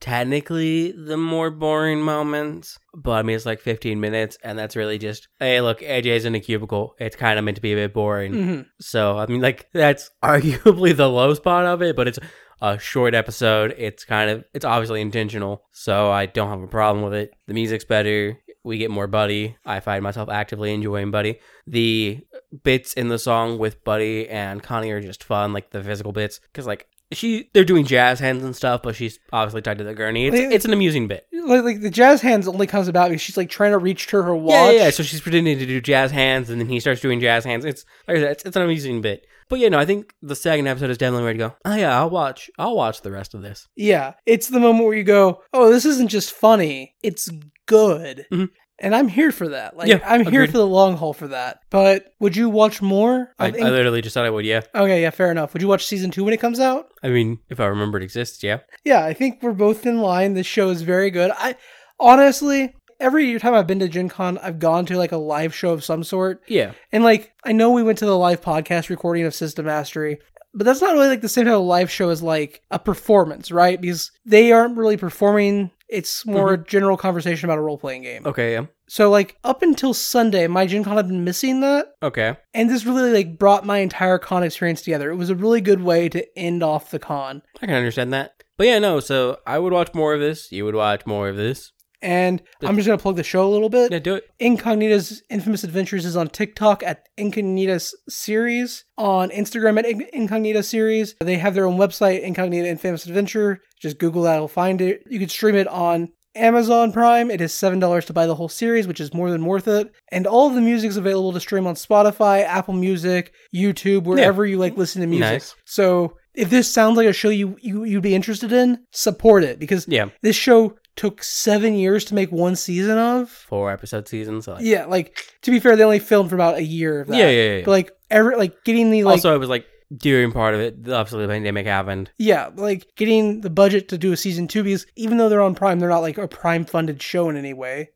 [SPEAKER 2] technically the more boring moments, but I mean, it's like 15 minutes, and that's really just, hey, look, AJ's in a cubicle. It's kind of meant to be a bit boring.
[SPEAKER 1] hmm
[SPEAKER 2] So, I mean, like, that's [laughs] arguably the low spot of it, but it's a short episode. It's kind of, it's obviously intentional, so I don't have a problem with it. The music's better. we get more Buddy. I find myself actively enjoying Buddy. The bits in the song with Buddy and Connie are just fun, like the physical bits, because like she they're doing jazz hands and stuff, but she's obviously tied to the gurney. It's,
[SPEAKER 1] Well, yeah.
[SPEAKER 2] it's an amusing bit.
[SPEAKER 1] Like, like the jazz hands only comes about because she's like trying to reach to her watch.
[SPEAKER 2] Yeah, yeah, yeah. So she's pretending to do jazz hands, and then he starts doing jazz hands. It's like I said, it's, it's an amusing bit. But yeah, no, I think the second episode is definitely where to go. Oh yeah, I'll watch. I'll watch the rest of this.
[SPEAKER 1] Yeah, it's the moment where you go, "Oh, this isn't just funny; it's good."
[SPEAKER 2] Mhm.
[SPEAKER 1] And I'm here for that. Like,
[SPEAKER 2] Yeah,
[SPEAKER 1] I'm here
[SPEAKER 2] agreed.
[SPEAKER 1] for the long haul for that. But would you watch more?
[SPEAKER 2] I,
[SPEAKER 1] of Ink-
[SPEAKER 2] I literally just thought I would. Yeah,
[SPEAKER 1] okay, yeah, fair enough. Would you watch season two when it comes out?
[SPEAKER 2] I mean, if I remember it exists, yeah.
[SPEAKER 1] Yeah, I think we're both in line. This show is very good. I honestly, every time I've been to Gen Con, I've gone to like a live show of some sort.
[SPEAKER 2] Yeah.
[SPEAKER 1] And like, I know we went to the live podcast recording of System Mastery, but that's not really like the same type of live show as like a performance, right? Because they aren't really performing. It's more a general conversation about a role playing game.
[SPEAKER 2] Mm-hmm. Okay. Yeah.
[SPEAKER 1] So like up until Sunday, my Gen Con had been missing that.
[SPEAKER 2] Okay.
[SPEAKER 1] And this really like brought my entire con experience together. It was a really good way to end off the con.
[SPEAKER 2] I can understand that. But yeah, no. So I would watch more of this. You would watch more of this.
[SPEAKER 1] And I'm just gonna plug the show a little bit.
[SPEAKER 2] Yeah, do it.
[SPEAKER 1] Incognita's Infamous Adventures is on TikTok at Incognita's Series, on Instagram at In- Incognita Series. They have their own website, Incognita Infamous Adventure. Just Google that, it'll find it. You can stream it on Amazon Prime. It is $7 to buy the whole series, which is more than worth it. And all of the music is available to stream on Spotify, Apple Music, YouTube, wherever you like listen to music.
[SPEAKER 2] Nice.
[SPEAKER 1] So if this sounds like a show you, you, you'd be interested in, support it because
[SPEAKER 2] Yeah.
[SPEAKER 1] this show took seven years to make one season of.
[SPEAKER 2] Four episode season. So like,
[SPEAKER 1] Yeah, like to be fair, they only filmed for about a year of that.
[SPEAKER 2] Yeah, yeah, yeah, yeah.
[SPEAKER 1] But like every like getting the like
[SPEAKER 2] also, it was like during part of it, obviously the pandemic happened.
[SPEAKER 1] yeah, like getting the budget to do a season two because even though they're on Prime, they're not like a Prime funded show in any way.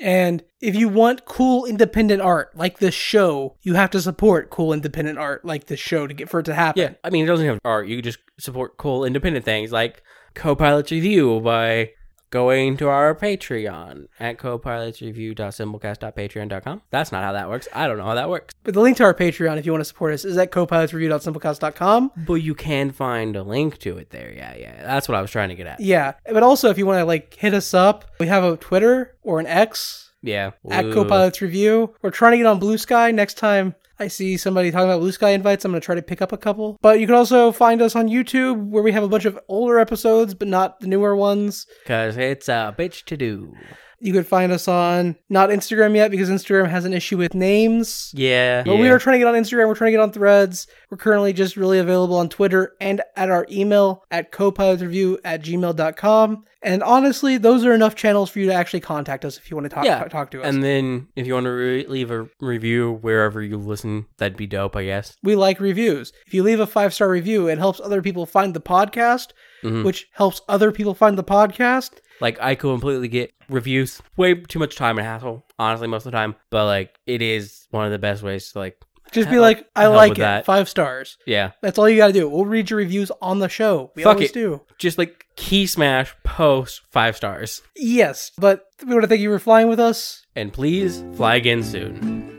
[SPEAKER 1] And if you want cool independent art like this show, you have to support cool independent art like this show to get for it to happen.
[SPEAKER 2] Yeah, I mean, it doesn't have art. You could just support cool independent things like Copilot's Review by going to our Patreon at copilotsreview.simplecast.patreon.com. That's not how that works. I don't know how that works.
[SPEAKER 1] But the link to our Patreon, if you want to support us, is at copilotsreview.simplecast.com.
[SPEAKER 2] But you can find a link to it there. Yeah, yeah. That's what I was trying to get at.
[SPEAKER 1] Yeah, but also if you want to like hit us up, we have a Twitter or an X.
[SPEAKER 2] Yeah.
[SPEAKER 1] at
[SPEAKER 2] Ooh.
[SPEAKER 1] Copilots Review. We're trying to get on Blue Sky. Next time I see somebody talking about Blue Sky invites, I'm going to try to pick up a couple. But you can also find us on YouTube where we have a bunch of older episodes, but not the newer ones.
[SPEAKER 2] Cause it's a bitch to do.
[SPEAKER 1] You can find us on not Instagram yet because Instagram has an issue with names.
[SPEAKER 2] Yeah.
[SPEAKER 1] But we are trying to get on Instagram. We're trying to get on threads. We're currently just really available on Twitter and at our email at copilotreview at gmail.com. And honestly, those are enough channels for you to actually contact us if you want to talk,
[SPEAKER 2] Yeah.
[SPEAKER 1] talk to us.
[SPEAKER 2] And then if you want to re- leave a review wherever you listen, that'd be dope, I guess.
[SPEAKER 1] We like reviews. If you leave a five star review, it helps other people find the podcast,
[SPEAKER 2] Mhm.
[SPEAKER 1] which helps other people find the podcast.
[SPEAKER 2] Like I completely get reviews. Way too much time and hassle, honestly, most of the time. But like it is one of the best ways to like
[SPEAKER 1] Just be
[SPEAKER 2] Help-
[SPEAKER 1] like, I
[SPEAKER 2] help
[SPEAKER 1] like it.
[SPEAKER 2] with that.
[SPEAKER 1] Five stars.
[SPEAKER 2] yeah.
[SPEAKER 1] That's all you got to do. We'll read your reviews on the show. We
[SPEAKER 2] Fuck
[SPEAKER 1] always
[SPEAKER 2] it.
[SPEAKER 1] do.
[SPEAKER 2] Just like key smash, post five stars.
[SPEAKER 1] Yes, but we want to thank you for flying with us.
[SPEAKER 2] And please fly again soon.